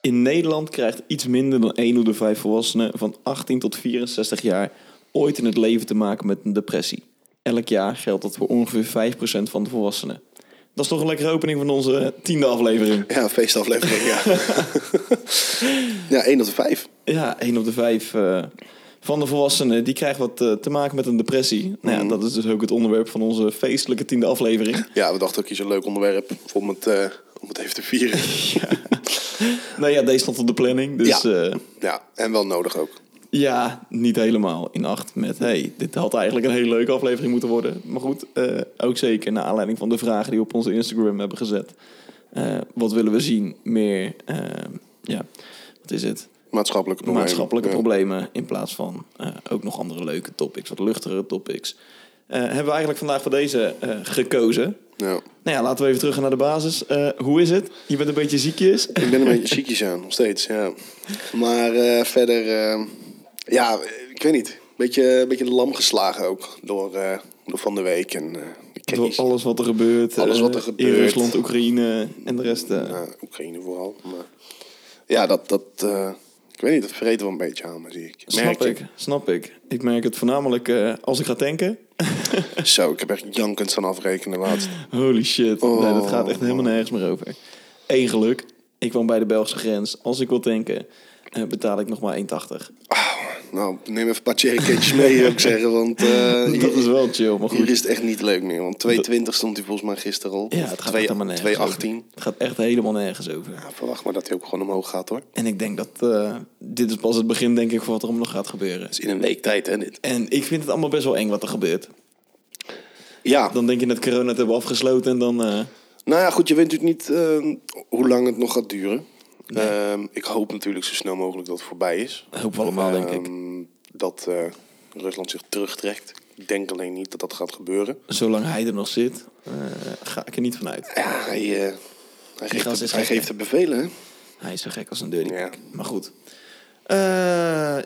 In Nederland krijgt iets minder dan 1 op de 5 volwassenen van 18 tot 64 jaar ooit in het leven te maken met een depressie. Elk jaar geldt dat voor ongeveer 5% van de volwassenen. Dat is toch een lekkere opening van onze tiende aflevering. Ja, feestaflevering, ja. ja, 1 tot 5. Ja, 1 op de 5 van de volwassenen die krijgt wat eh, te maken met een depressie. Nou ja, dat is dus ook het onderwerp van onze feestelijke tiende aflevering. Ja, we dachten ook iets een leuk onderwerp voor om het, eh, om het even te vieren. nou ja, deze stond op de planning. Dus Ja. eh, Ja, en wel nodig ook. Ja, niet helemaal in acht met... hey, dit had eigenlijk een hele leuke aflevering moeten worden. Maar goed, eh, ook zeker naar aanleiding van de vragen die we op onze Instagram hebben gezet. Eh, wat willen we zien? Meer, eh, ja, wat is het? Maatschappelijke problemen. Maatschappelijke Ja. problemen in plaats van eh, ook nog andere leuke topics, wat luchtigere topics. Eh, hebben we eigenlijk vandaag voor deze eh, gekozen. Ja. Nou ja, laten we even terug gaan naar de basis. Eh, hoe is het? Je bent een beetje ziekjes. Ik ben een beetje ziekjes aan, nog steeds, ja. Maar eh, verder, eh, ja, ik weet niet. Beetje, beetje lam geslagen ook door, eh, door van de week. En, eh, ik ken Door niet- alles wat er gebeurt. Alles eh, wat er In gebeurt. Rusland, Oekraïne en de rest. eh, Ja, Oekraïne vooral. Maar ja, dat, dat eh, ik weet niet, dat vreet wel een beetje aan me, zie ik. Snap Merk ik, snap ik. Ik merk het voornamelijk eh, als ik ga tanken. je? Zo, ik heb echt jankend aan afrekenen laatst. Holy shit. nee, dat gaat echt Oh, man. helemaal nergens meer over. Eén geluk. Ik woon bij de Belgische grens. Als ik wil tanken, eh, betaal ik nog maar 1,80. Nou, neem even een paar cherrykeetjes mee, zou ik zeggen. Want eh, Dat is wel chill, maar hier goed. is het echt niet leuk meer. Want 220 stond hij volgens mij gisteren al. Ja, Of het gaat echt twee- helemaal nergens 218. over. Het gaat echt helemaal nergens over. Ja, verwacht maar dat hij ook gewoon omhoog gaat, hoor. En ik denk dat eh, dit is pas het begin, denk ik, van wat er om nog gaat gebeuren. Dat is in een week tijd, hè, dit. En ik vind het allemaal best wel eng wat er gebeurt. Ja, Dan denk je dat corona het hebben afgesloten en dan... eh, nou ja, goed, je weet natuurlijk niet eh, hoe lang het nog gaat duren. Ehm, ik hoop natuurlijk zo snel mogelijk dat het voorbij is. hopen we allemaal, denk ik. Ehm, Dat eh, Rusland zich terugtrekt. Ik denk alleen niet dat dat gaat gebeuren. Zolang hij er nog zit, eh, ga ik er niet van uit. Ja, hij, eh, hij, gast geeft, is de, hij gek, geeft hè? de bevelen. hè? Hij is zo gek als een deur. die Ja. pik. Maar goed. Eh,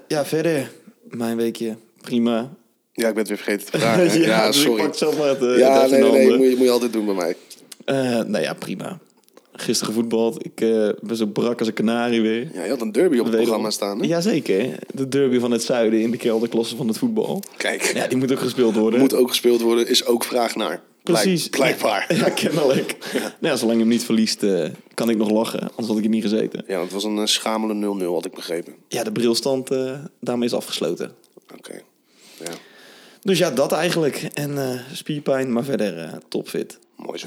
ja, verder. Mijn weekje. Prima. Ja, ik ben het weer vergeten te vragen. hè? ja, dus ik sorry. pak zelf maar het, eh, het ja, uit nee, de nee, handen. moet, je, moet je altijd doen bij mij. Eh, nou ja, prima. Gisteren voetbald. Ik eh, ben zo brak als een kanarie weer. Ja, je had een derby op het Wederom. programma staan. Hè? Jazeker. De derby van het zuiden in de kelderklasse van het voetbal. Kijk, Ja, die moet ook gespeeld worden. moet ook gespeeld worden, is ook vraag naar. Blijk- Precies. Blijkbaar. Ja, kennelijk. Nou ja, zolang je hem niet verliest, eh, kan ik nog lachen. Anders had ik hier niet gezeten. Ja, want het was een eh, schamele 0-0, had ik begrepen. Ja, de brilstand eh, daarmee is afgesloten. Oké. Ja, Dus ja, dat eigenlijk. En eh, spierpijn, maar verder eh, topfit. mooi zo.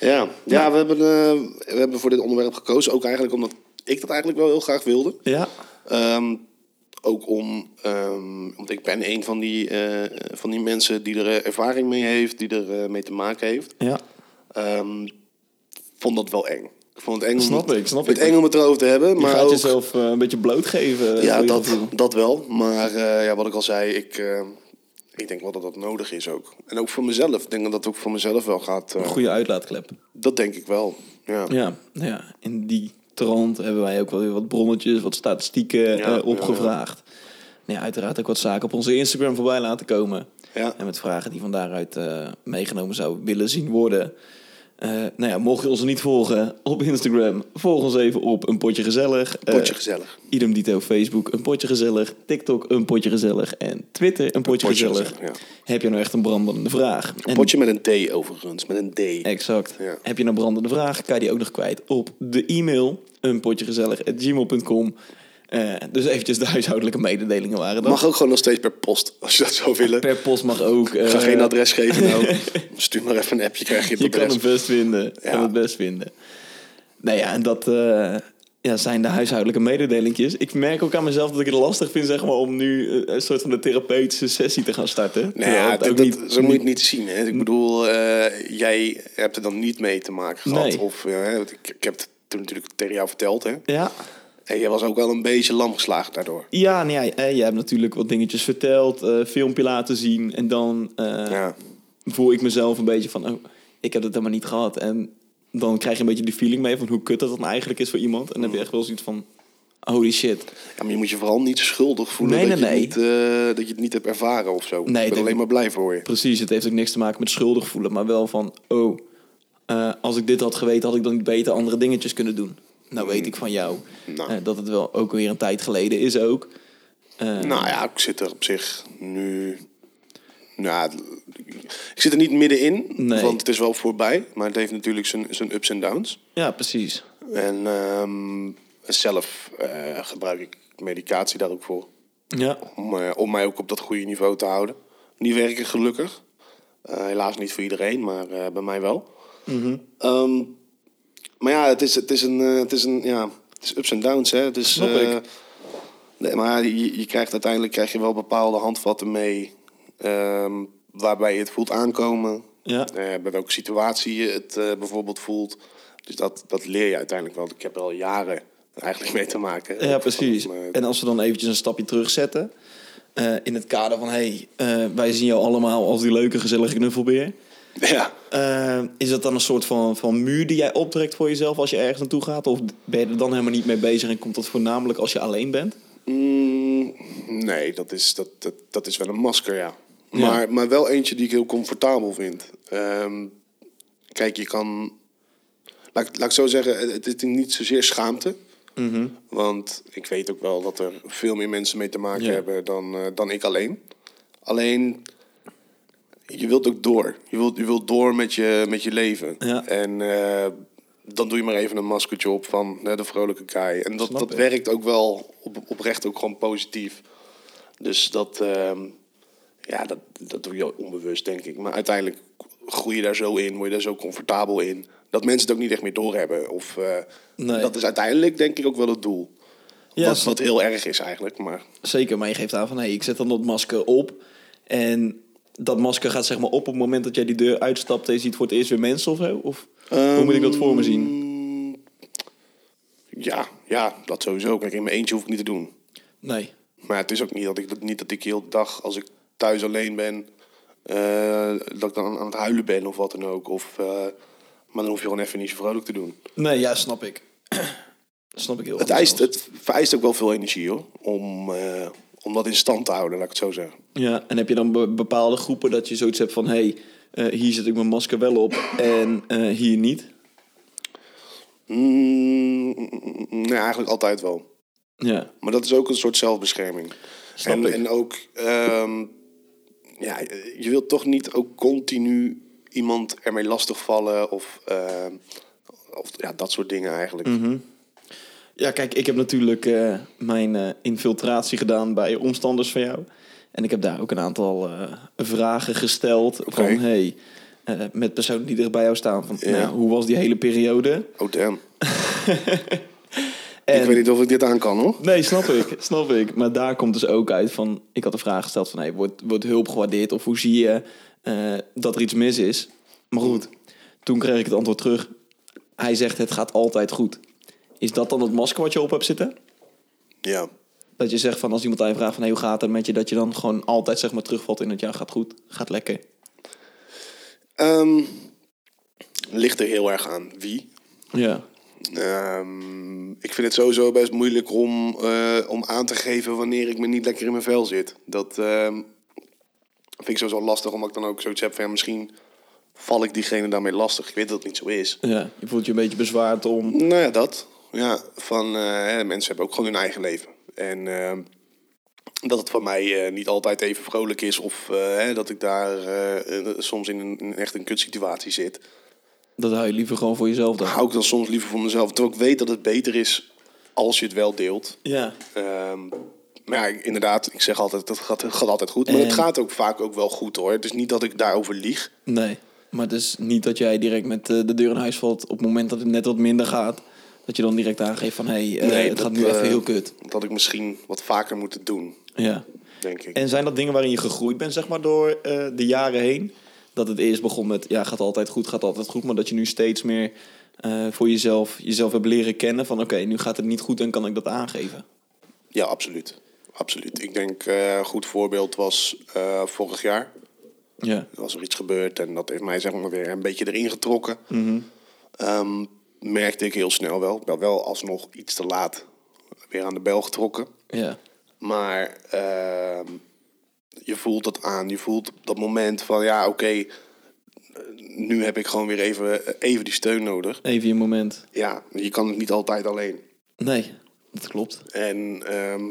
ja, ja we, hebben, eh, we hebben voor dit onderwerp gekozen. Ook eigenlijk omdat ik dat eigenlijk wel heel graag wilde. Ja, Ehm, ook om, ehm, want ik ben een van die, eh, van die mensen die er eh, ervaring mee heeft, die er eh, mee te maken heeft. ja. Ehm, vond dat wel eng. Ik vond het eng, Snap om, het- ik, snap het ik. eng om het erover te hebben. Je Maar gaat ook, jezelf eh, een beetje blootgeven. eh, ja, wil je dat, doen? dat wel. Maar eh, ja, wat ik al zei, ik, eh, ik denk wel dat dat nodig is ook. En ook voor mezelf. Ik denk dat dat ook voor mezelf wel gaat. eh, Een goede uitlaatklep. dat denk ik wel. Ja. Ja, nou ja, in die trant hebben wij ook wel weer wat bronnetjes, wat statistieken eh, ja, ja. opgevraagd. Nou Ja, uiteraard ook wat zaken op onze Instagram voorbij laten komen. Ja. En met vragen die van daaruit eh, meegenomen zouden willen zien worden. Eh, nou ja, mocht je ons niet volgen op Instagram, volg ons even op Een Potje Gezellig. Eh, Potje gezellig. Idem dito Facebook, een potje gezellig. TikTok, een potje gezellig. En Twitter, een potje, potje gezellig. gezellig, ja. Heb je nou echt een brandende vraag? En- Potje met een T overigens, met een D. Exact. Ja. Heb je nou brandende vraag, kan je die ook nog kwijt op de e-mail. Een potje gezellig gmail.com. dus eventjes de huishoudelijke mededelingen waren dat. Mag ook gewoon nog steeds per post, als je dat zou willen. Per post mag ook. eh, Ik ga geen adres geven nou. Stuur maar even een appje, krijg je het Je kan adres. het best vinden. Ja. Kan het best vinden. Nou ja, en dat eh, ja, zijn de huishoudelijke mededelingjes. Ik merk ook aan mezelf dat ik het lastig vind zeg maar, om nu eh, een soort van de therapeutische sessie te gaan starten. Nee, Terwijl ja, het Nou, dat, ook dat- niet- zo moet je het niet zien. Hè? Ik bedoel, eh, jij hebt er dan niet mee te maken gehad. Nee. Of, eh, hè, want ik, ik heb het toen natuurlijk tegen jou verteld. Hè? Ja, En jij was ook wel een beetje lam geslagen daardoor. ja, nee, ja, eh, je hebt natuurlijk wat dingetjes verteld, eh, filmpje laten zien. En dan eh, Ja. voel ik mezelf een beetje van, oh, ik heb dat helemaal niet gehad. En dan krijg je een beetje die feeling mee van hoe kut dat dan eigenlijk is voor iemand. En dan heb Mm. je echt wel zoiets van, holy shit. ja, maar je moet je vooral niet schuldig voelen Nee, dat, nee, je nee. Niet, eh, dat je het niet hebt ervaren of zo. Nee, ik ben dat- alleen maar blij voor je. Precies, het heeft ook niks te maken met schuldig voelen, maar wel van, oh, eh, als ik dit had geweten, had ik dan niet beter andere dingetjes kunnen doen. Nou weet ik van jou Nou. eh, dat het wel ook weer een tijd geleden is ook. Eh, Nou ja, ik zit er op zich nu... Nou, ik zit er niet middenin, Nee. want het is wel voorbij. Maar het heeft natuurlijk zijn, zijn ups en downs. Ja, precies. En ehm, zelf eh, gebruik ik medicatie daar ook voor. Ja, Om, eh, om mij ook op dat goede niveau te houden. Die werken gelukkig. Eh, helaas niet voor iedereen, maar eh, bij mij wel. Mhm. Ehm, maar ja, het is, het is een, eh, het is een ja, het is ups en downs. Hè? Het is, Snap eh, ik. nee, maar je, je krijgt uiteindelijk krijg je wel bepaalde handvatten mee. ehm, waarbij je het voelt aankomen. ja. Eh, bij welke situatie je het eh, bijvoorbeeld voelt. Dus dat, dat leer je uiteindelijk wel. Ik heb er al jaren eigenlijk mee te maken. eh, Ja, precies. Maar- En als we dan eventjes een stapje terugzetten. eh, in het kader van, hey, eh, wij zien jou allemaal als die leuke, gezellige knuffelbeer. ja. Eh, is dat dan een soort van, van muur die jij optrekt voor jezelf als je ergens naartoe gaat? Of ben je er dan helemaal niet mee bezig en komt dat voornamelijk als je alleen bent? Mm, nee, dat is, dat, dat, dat is wel een masker, ja. Ja. Maar, maar wel eentje die ik heel comfortabel vind. Ehm, kijk, je kan... Laat, ik- laat ik het zo zeggen, het, het is niet zozeer schaamte. Mhm. Want ik weet ook wel dat er veel meer mensen mee te maken Ja. hebben dan, eh, dan ik alleen. Alleen, je wilt ook door. Je wilt, je wilt door met je, met je leven. Ja. En eh, dan doe je maar even een maskertje op van eh, de vrolijke guy. En dat, Snap dat ik. werkt ook wel op, oprecht ook gewoon positief. Dus dat, ehm, ja, dat, dat doe je onbewust, denk ik. Maar uiteindelijk groei je daar zo in, word je daar zo comfortabel in... dat mensen het ook niet echt meer doorhebben. Of, eh, Nee. Dat is uiteindelijk, denk ik, ook wel het doel. Ja, wat, snap wat heel erg is eigenlijk, maar... Zeker, maar je geeft aan van, hey, ik zet dan dat masker op. En dat masker gaat zeg maar op op het moment dat jij die deur uitstapt en je ziet voor het eerst weer mensen of zo? Of hoe moet ik dat voor me zien? Mm, Ja, ja, dat sowieso. Kijk, in mijn eentje hoef ik niet te doen. Nee. Maar het is ook niet dat ik, niet dat ik heel de dag, als ik thuis alleen ben, eh, dat ik dan aan het huilen ben of wat dan ook. Of, eh, maar dan hoef je gewoon even niet zo vrolijk te doen. Nee, ja, snap ik. snap ik heel Het, goed eist, zelfs. het vereist ook wel veel energie hoor, om, eh, om dat in stand te houden, laat ik het zo zeggen. Ja, en heb je dan be- bepaalde groepen dat je zoiets hebt van... hey, eh, hier zet ik mijn masker wel op en eh, hier niet? Mm, mm, mm, nee, eigenlijk altijd wel. Ja, Maar dat is ook een soort zelfbescherming. Snap en, ik. en ook, ehm, ja, je wilt toch niet ook continu iemand ermee lastigvallen of, ehm, of ja, dat soort dingen eigenlijk. ja kijk, ik heb natuurlijk eh, mijn eh, infiltratie gedaan bij omstanders van jou. En ik heb daar ook een aantal eh, vragen gesteld Oké. van... hey, eh, met personen die er bij jou staan van... Ja. nou, hoe was die hele periode? Oh damn, En, ik weet niet of ik dit aan kan hoor. Nee, snap ik, snap ik. Maar daar komt dus ook uit van... Ik had de vraag gesteld van... Hey, wordt, wordt hulp gewaardeerd? Of hoe zie je eh, dat er iets mis is? Maar goed, toen kreeg ik het antwoord terug. Hij zegt, het gaat altijd goed. Is dat dan het masker wat je op hebt zitten? Ja. Dat je zegt van als iemand aan je vraagt van hey, hoe gaat het met je... dat je dan gewoon altijd zeg maar terugvalt in het jaar gaat goed, gaat lekker. Ehm, ligt er heel erg aan wie. Ja, Ehm, ik vind het sowieso best moeilijk om, eh, om aan te geven wanneer ik me niet lekker in mijn vel zit. Dat ehm, vind ik sowieso lastig, omdat ik dan ook zoiets heb van ja, misschien val ik diegene daarmee lastig. Ik weet dat het niet zo is. ja. je voelt je een beetje bezwaard om... Nou ja, dat. Ja, van eh, hè, mensen hebben ook gewoon hun eigen leven. En ehm, dat het voor mij eh, niet altijd even vrolijk is of eh, hè, dat ik daar eh, eh, soms in een, in echt een kutsituatie zit. Dat hou je liever gewoon voor jezelf dan. Hou ik dan soms liever voor mezelf. Terwijl ik weet dat het beter is als je het wel deelt. Ja, Ehm, maar ja, ik- inderdaad, ik zeg altijd, dat gaat, gaat altijd goed. Maar En- het gaat ook vaak ook wel goed hoor. Het is niet dat ik daarover lieg. Nee, maar het is niet dat jij direct met eh, de deur in huis valt op het moment dat het net wat minder gaat. Dat je dan direct aangeeft van hé, hey, eh, het dat, gaat nu eh, even heel kut. Dat ik misschien wat vaker moet het doen, Ja. denk ik. En zijn dat dingen waarin je gegroeid bent, zeg maar, door eh, de jaren heen? Dat het eerst begon met ja, gaat altijd goed, gaat altijd goed. Maar dat je nu steeds meer eh, voor jezelf, jezelf hebt leren kennen van oké, nu gaat het niet goed en kan ik dat aangeven. Ja, absoluut. Absoluut. Ik denk, eh, een goed voorbeeld was eh, vorig jaar. Ja, Er was er iets gebeurd en dat heeft mij zeg maar weer een beetje erin getrokken. Ehm, merkte ik heel snel wel. Ik ben wel alsnog iets te laat weer aan de bel getrokken. ja, Maar ehm, je voelt dat aan. Je voelt op dat moment van ja, oké, eh, nu heb ik gewoon weer even, even die steun nodig. Even je moment. Ja, je kan het niet altijd alleen. Nee, dat klopt. En, ehm,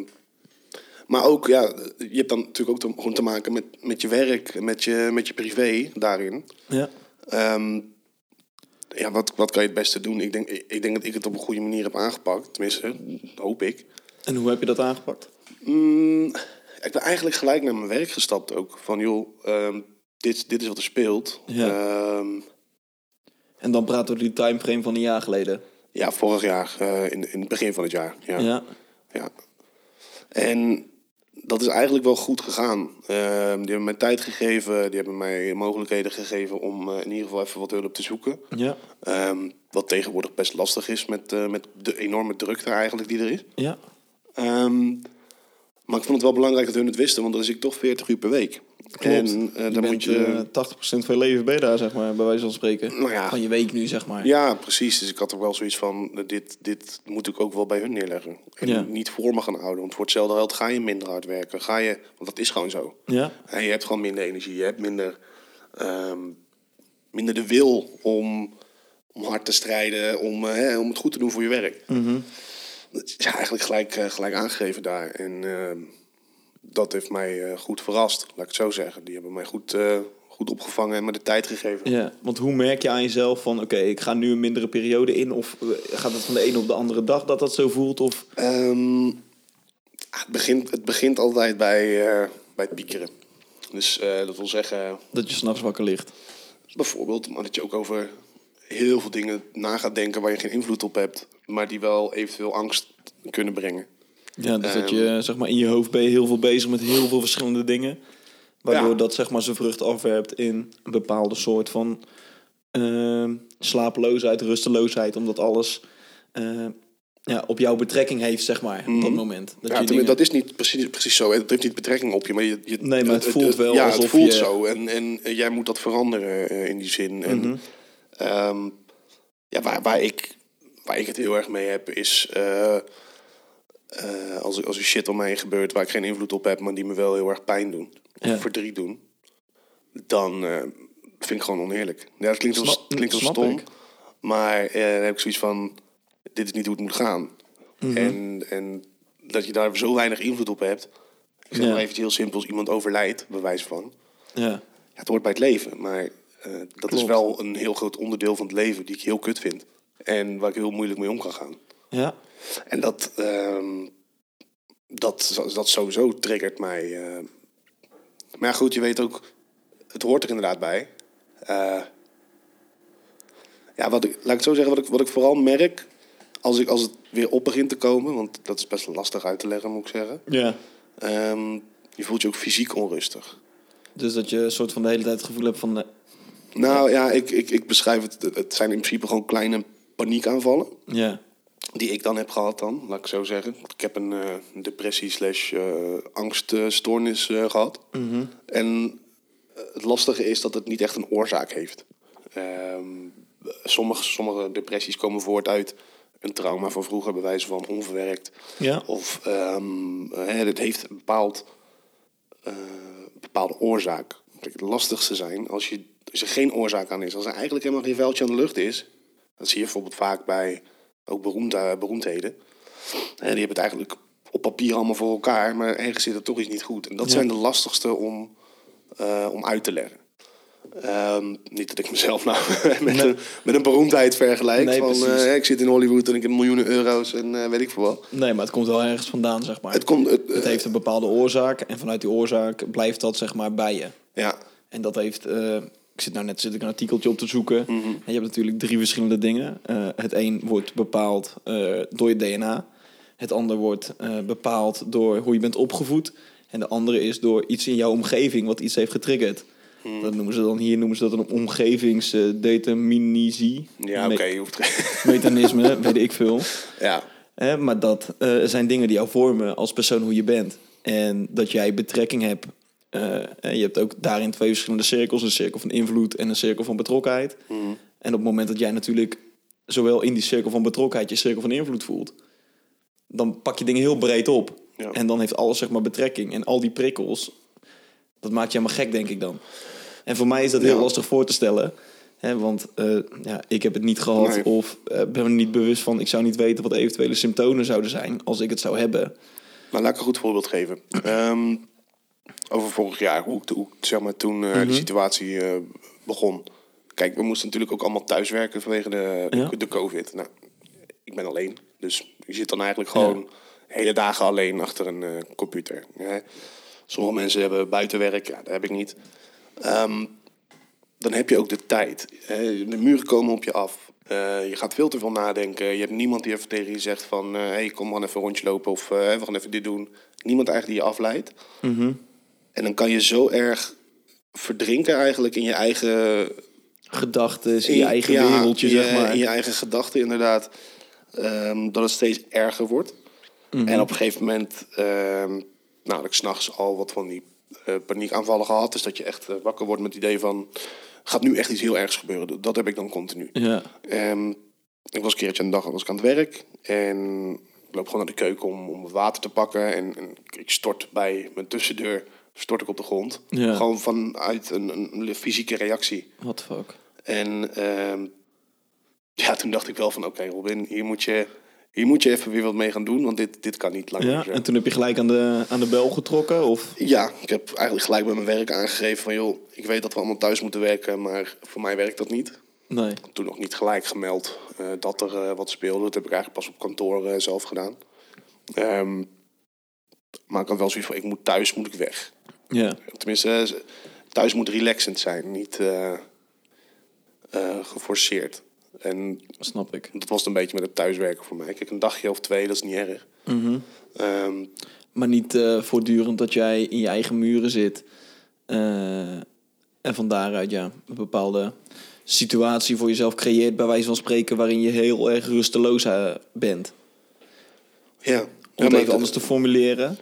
maar ook, ja, je hebt dan natuurlijk ook te, gewoon te maken met, met je werk, met je, met je privé daarin. Ja. Ehm, ja, wat, wat kan je het beste doen? Ik denk, ik ik denk dat ik het op een goede manier heb aangepakt. Tenminste, hoop ik. En hoe heb je dat aangepakt? Mm, ik ben eigenlijk gelijk naar mijn werk gestapt ook. Van joh, ehm, dit, dit is wat er speelt. Ja. Ehm, En dan praten we die timeframe van een jaar geleden. ja vorig jaar, eh, in, in het begin van het jaar. Ja. Ja. Ja. En dat is eigenlijk wel goed gegaan. Ehm, die hebben mij tijd gegeven, die hebben mij mogelijkheden gegeven om eh, in ieder geval even wat hulp te zoeken. Ja. Ehm, wat tegenwoordig best lastig is met, eh, met de enorme drukte eigenlijk die er is. Ja. Ehm, maar ik vond het wel belangrijk dat hun het wisten, want dan is ik toch 40 uur per week. En eh, je dan bent, moet je. eh, 80% van je leven ben je daar, zeg maar, bij wijze van spreken. Nou ja. Van je week nu, zeg maar. Ja, precies. Dus ik had er wel zoiets van, eh, dit, dit moet ik ook wel bij hun neerleggen. En Ja. niet voor me gaan houden. Want voor hetzelfde geld ga je minder hard werken. Ga je, want dat is gewoon zo. Ja. En je hebt gewoon minder energie. Je hebt minder, ehm, minder de wil om, om hard te strijden. Om, eh, hè, om het goed te doen voor je werk. Dat is eigenlijk gelijk, eh, gelijk aangegeven daar. En ehm, dat heeft mij eh, goed verrast, laat ik het zo zeggen. Die hebben mij goed, eh, goed opgevangen en me de tijd gegeven. Ja, want hoe merk je aan jezelf van... oké, ik ga nu een mindere periode in... of eh, gaat het van de ene op de andere dag dat dat zo voelt? Of, Ehm, ah, het, begint, het begint altijd bij, eh, bij het piekeren. Dus eh, dat wil zeggen, Dat je s'nachts wakker ligt. bijvoorbeeld, maar dat je ook over heel veel dingen na gaat denken waar je geen invloed op hebt, maar die wel eventueel angst kunnen brengen. Ja, dus dat Ehm. je zeg maar in je hoofd ben je heel veel bezig met heel veel verschillende dingen. Waardoor Ja. dat zeg maar zijn vrucht afwerpt in een bepaalde soort van ehm, slapeloosheid, rusteloosheid. Omdat alles eh, ja, op jouw betrekking heeft, zeg maar, op dat moment. Dat ja, Mhm. je tenminste, dingen- dat is niet precies, precies zo. Het heeft niet betrekking op je, maar je, je- Nee, maar het voelt wel Ja, alsof het voelt je- zo. En, en eh, jij moet dat veranderen eh, in die zin. En, Mhm. ehm, ja, waar, waar, ik, waar ik het heel erg mee heb, is eh, eh, als, er- als er shit om mij heen gebeurt waar ik geen invloed op heb, maar die me wel heel erg pijn doen, of Ja. verdriet doen, dan eh, vind ik gewoon oneerlijk. Ja, dat klinkt, Snap- als, klinkt als snap stom, ik. maar eh, dan heb ik zoiets van, dit is niet hoe het moet gaan. Mhm. en, en dat je daar zo weinig invloed op hebt. Ik zeg Ja. maar even iets heel simpels, iemand overlijdt, bij wijze van. ja. Ja, het hoort bij het leven, maar eh, dat is Klopt. wel een heel groot onderdeel van het leven die ik heel kut vind. En waar ik heel moeilijk mee om kan gaan. ja. En dat, ehm, dat, dat sowieso triggert mij. eh. Maar ja, goed, je weet ook, het hoort er inderdaad bij. Eh, ja, wat ik, laat ik het zo zeggen, wat ik, wat ik vooral merk, als, ik, als het weer op begint te komen, want dat is best lastig uit te leggen, moet ik zeggen. ja. ehm, je voelt je ook fysiek onrustig. Dus dat je een soort van de hele tijd het gevoel hebt van... eh, Nou ja, ik, ik, ik beschrijf het, het zijn in principe gewoon kleine paniekaanvallen. ja. die ik dan heb gehad dan, laat ik zo zeggen. Ik heb een eh, depressie slash eh, angststoornis eh, gehad. En eh, het lastige is dat het niet echt een oorzaak heeft. Ehm, sommige, sommige depressies komen voort uit een trauma van vroeger, bij wijze van onverwerkt. Ja. Of ehm, hè, het heeft een bepaald, eh, bepaalde oorzaak. Kijk, het lastigste zijn als, je, als er geen oorzaak aan is. Als er eigenlijk helemaal geen vuiltje aan de lucht is. Dat zie je bijvoorbeeld vaak bij ook beroemde, beroemdheden. Hè, die hebben het eigenlijk op papier allemaal voor elkaar. Maar ergens zit er toch iets niet goed. En dat Ja. zijn de lastigste om, eh, om uit te leggen. Ehm, niet dat ik mezelf nou met, een, met een beroemdheid vergelijk. Nee, van, precies. eh, ik zit in Hollywood en ik heb miljoenen euro's en eh, weet ik veel wat. Nee, maar het komt wel ergens vandaan, zeg maar. Het komt... Het, eh, het heeft een bepaalde oorzaak en vanuit die oorzaak blijft dat zeg maar bij je. Ja, En dat heeft. eh, ik zit nou net zit ik een artikeltje op te zoeken. Mhm. En je hebt natuurlijk drie verschillende dingen. Eh, het een wordt bepaald eh, door je DNA. Het ander wordt eh, bepaald door hoe je bent opgevoed. En de andere is door iets in jouw omgeving wat iets heeft getriggerd. Mhm. Dat noemen ze dan hier noemen ze dat een omgevingsdeterminisie. ja Me- oké. je hoeft... Mechanisme, weet ik veel. ja. Hè, maar dat eh, zijn dingen die jou vormen als persoon hoe je bent. En dat jij betrekking hebt. eh, en je hebt ook daarin twee verschillende cirkels. Een cirkel van invloed en een cirkel van betrokkenheid. Mm. En op het moment dat jij natuurlijk zowel in die cirkel van betrokkenheid je cirkel van invloed voelt. Dan pak je dingen heel breed op. Ja. En dan heeft alles zeg maar betrekking. En al die prikkels, dat maakt je helemaal gek denk ik dan. En voor mij is dat heel Ja. lastig voor te stellen. Hè, want eh, ja, ik heb het niet gehad Nee. of eh, ben me niet bewust van... ik zou niet weten wat de eventuele symptomen zouden zijn als ik het zou hebben. Nou, laat ik een goed voorbeeld geven. Ehm, over vorig jaar, hoe, hoe zeg maar, toen eh, de situatie eh, begon. Kijk, we moesten natuurlijk ook allemaal thuiswerken vanwege de, Ja. de, COVID. Nou, ik ben alleen, dus je zit dan eigenlijk gewoon hele dagen alleen achter een eh, computer. Hè? Sommige mensen hebben buitenwerk, ja, dat heb ik niet. Ehm, dan heb je ook de tijd. Hè? De muren komen op je af. Eh, je gaat veel te veel nadenken. Je hebt niemand die even tegen je zegt van... eh, hey, kom, we gaan even een rondje lopen of eh, we gaan even dit doen. Niemand eigenlijk die je afleidt. En dan kan je zo erg verdrinken eigenlijk in je eigen... Gedachten, in je eigen ja, wereldje, in je- zeg maar. In je eigen gedachten, inderdaad. Ehm, dat het steeds erger wordt. Mhm. En op een gegeven moment... ehm nou, heb ik s'nachts al wat van die eh, paniekaanvallen gehad. Dus dat je echt eh, wakker wordt met het idee van... Gaat nu echt iets heel ergs gebeuren. Dat- Dat heb ik dan continu. Ja. Ehm, ik was een keertje een dag was ik aan het werk. En ik loop gewoon naar de keuken om, om wat water te pakken. En, en ik stort bij mijn tussendeur stort ik op de grond. Ja. Gewoon vanuit een, een, een fysieke reactie. What the fuck. En ehm, ja, toen dacht ik wel van... Oké Robin, hier moet, je, hier moet je even weer wat mee gaan doen. Want dit, dit kan niet langer Ja, zo. en toen heb je gelijk aan de, aan de bel getrokken? Of? Ja, ik heb eigenlijk gelijk bij mijn werk aangegeven van... joh, ik weet dat we allemaal thuis moeten werken, maar voor mij werkt dat niet. Nee. toen nog niet gelijk gemeld eh, dat er eh, wat speelde. Dat heb ik eigenlijk pas op kantoor eh, zelf gedaan. Ehm, maar ik had wel zoiets van, ik moet thuis, moet ik weg. Ja. Tenminste, eh, z- thuis moet relaxend zijn, niet eh, eh, geforceerd. En Snap ik. dat was het een beetje met het thuiswerken voor mij. Kijk, een dagje of twee, dat is niet erg. Mhm. Ehm, Maar niet eh, voortdurend dat jij in je eigen muren zit. eh, en van daaruit ja, een bepaalde situatie voor jezelf creëert, bij wijze van spreken, waarin je heel erg rusteloos eh, bent. ja. Om Ja, het maar even anders te formuleren.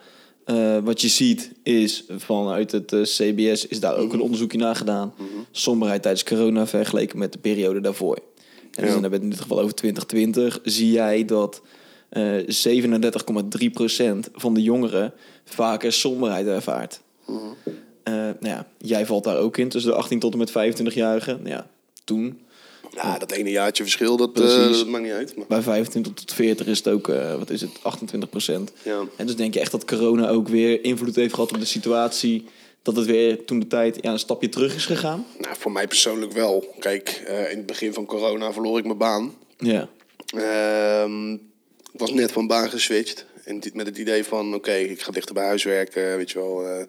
eh, wat je ziet is vanuit het eh, CBS is daar ook een onderzoekje naar gedaan. Somberheid tijdens corona vergeleken met de periode daarvoor. En dus Ja. dan hebben we het in dit geval over 2020. Zie jij dat eh 37,3% van de jongeren vaker somberheid ervaart. Eh, nou ja, jij valt daar ook in tussen de 18 tot en met 25-jarigen. Nou ja, toen Ja, dat ene jaartje verschil, dat, eh, Precies. dat maakt niet uit. Maar, bij 25 tot 40 is het ook, eh, wat is het, 28 procent. Ja. En dus denk je echt dat corona ook weer invloed heeft gehad op de situatie. Dat het weer toen de tijd ja, een stapje terug is gegaan. nou, voor mij persoonlijk wel. Kijk, eh, in het begin van corona verloor ik mijn baan. Ja. Ehm, ik was net van baan geswitcht. En dit- met het idee van, oké, ik ga dichter bij huis werken, weet je wel. eh,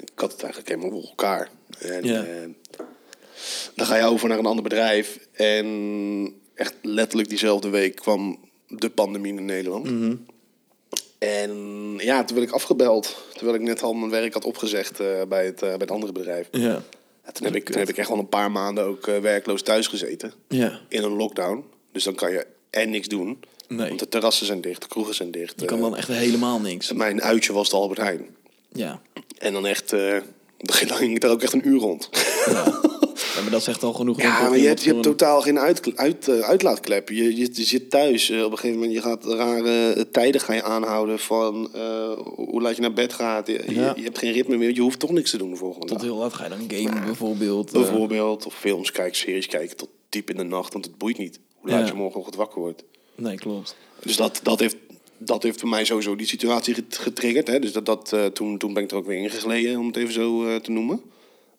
Ik had het eigenlijk helemaal voor elkaar. En, Ja. eh, dan ga je over naar een ander bedrijf. En echt letterlijk diezelfde week kwam de pandemie in Nederland. En ja, toen werd ik afgebeld. Terwijl ik net al mijn werk had opgezegd eh, bij, het, eh, bij het andere bedrijf. Ja. Ja, toen, heb ik, toen heb ik echt wel een paar maanden ook eh, werkloos thuis gezeten Ja. in een lockdown. Dus dan kan je en niks doen. Nee. Want de terrassen zijn dicht, de kroegen zijn dicht. Je kan dan echt helemaal niks. Eh, Mijn uitje was de Albert Heijn. Ja. En dan echt... eh, dan ging ik daar ook echt een uur rond. Ja, maar dat is echt al genoeg. denk ik, Ja, maar dat je hebt, je iemand hebt voor totaal geen uit, uit, eh, uitlaatklep. Je, je, je zit thuis. eh, op een gegeven moment je gaat rare eh, tijden ga je aanhouden van eh, hoe laat je naar bed gaat. Je, je- Ja. je hebt geen ritme meer. Je hoeft toch niks te doen de volgende een- Tot dag. heel laat ga je dan gamen bijvoorbeeld. eh, Bijvoorbeeld, of films kijken, series kijken tot diep in de nacht. Want het boeit niet hoe laat Ja. je morgenochtend wakker wordt. nee, klopt. Dus dat, dat, heeft, dat heeft voor mij sowieso die situatie get- getriggerd. Hè? Dus dat, dat, eh, toen, toen ben ik er ook weer ingegleden, om het even zo eh, te noemen.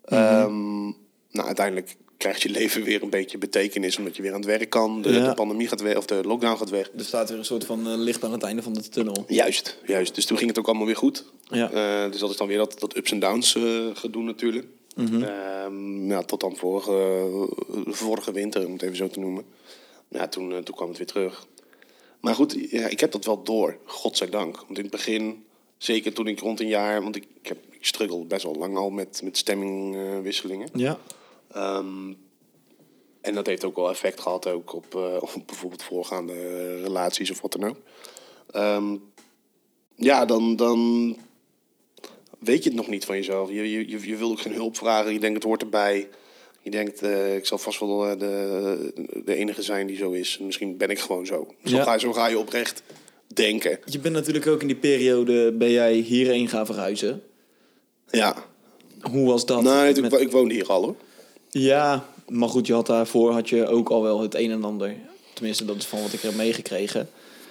Ehm, nou, uiteindelijk krijgt je leven weer een beetje betekenis, omdat je weer aan het werk kan. De, Ja. de pandemie gaat weg, of de lockdown gaat weg. Er staat weer een soort van eh, licht aan het einde van de tunnel. Juist, juist. Dus toen ging het ook allemaal weer goed. Ja. Eh, dus dat is dan weer dat, dat ups en downs eh gedoe natuurlijk. Ehm, ja, tot dan vorige, vorige winter, om het even zo te noemen. Ja, toen, eh, toen kwam het weer terug. Maar goed, ja, ik heb dat wel door, godzijdank. Want in het begin, zeker toen ik rond een jaar... Want ik, ik, heb, ik struggle best wel lang al met, met stemmingwisselingen. Ja. Ehm, en dat heeft ook wel effect gehad ook op, eh, op bijvoorbeeld voorgaande eh, relaties of wat dan ook. Ehm, ja, dan, dan weet je het nog niet van jezelf. Je, je, je, je wil ook geen hulp vragen. Je denkt, het hoort erbij. Je denkt, eh, ik zal vast wel eh, de, de enige zijn die zo is. Misschien ben ik gewoon zo. Zo, Ja. ga, zo ga je oprecht denken. Je bent natuurlijk ook in die periode, ben jij hierheen gaan verhuizen. Ja. Hoe was dat? nee, Met- ik, wo- ik woon hier al hoor. Ja, maar goed, je had daarvoor had je ook al wel het een en ander. Tenminste, dat is van wat ik heb meegekregen.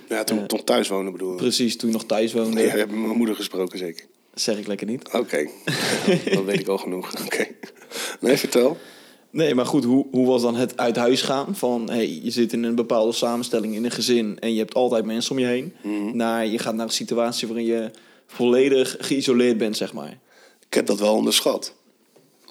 Ja, toen ik nog thuis wonen bedoel ik. Precies, toen je nog thuis woonde, Nee, je hebt met mijn moeder gesproken zeker. zeg ik lekker niet. Oké, dat weet ik al genoeg. Oké. Nee, vertel. Nee, maar goed, hoe, hoe was dan het uit huis gaan? Van, hey, je zit in een bepaalde samenstelling in een gezin en je hebt altijd mensen om je heen. Mhm. Naar, je gaat naar een situatie waarin je volledig geïsoleerd bent, zeg maar. Mhm. Ik heb dat wel onderschat.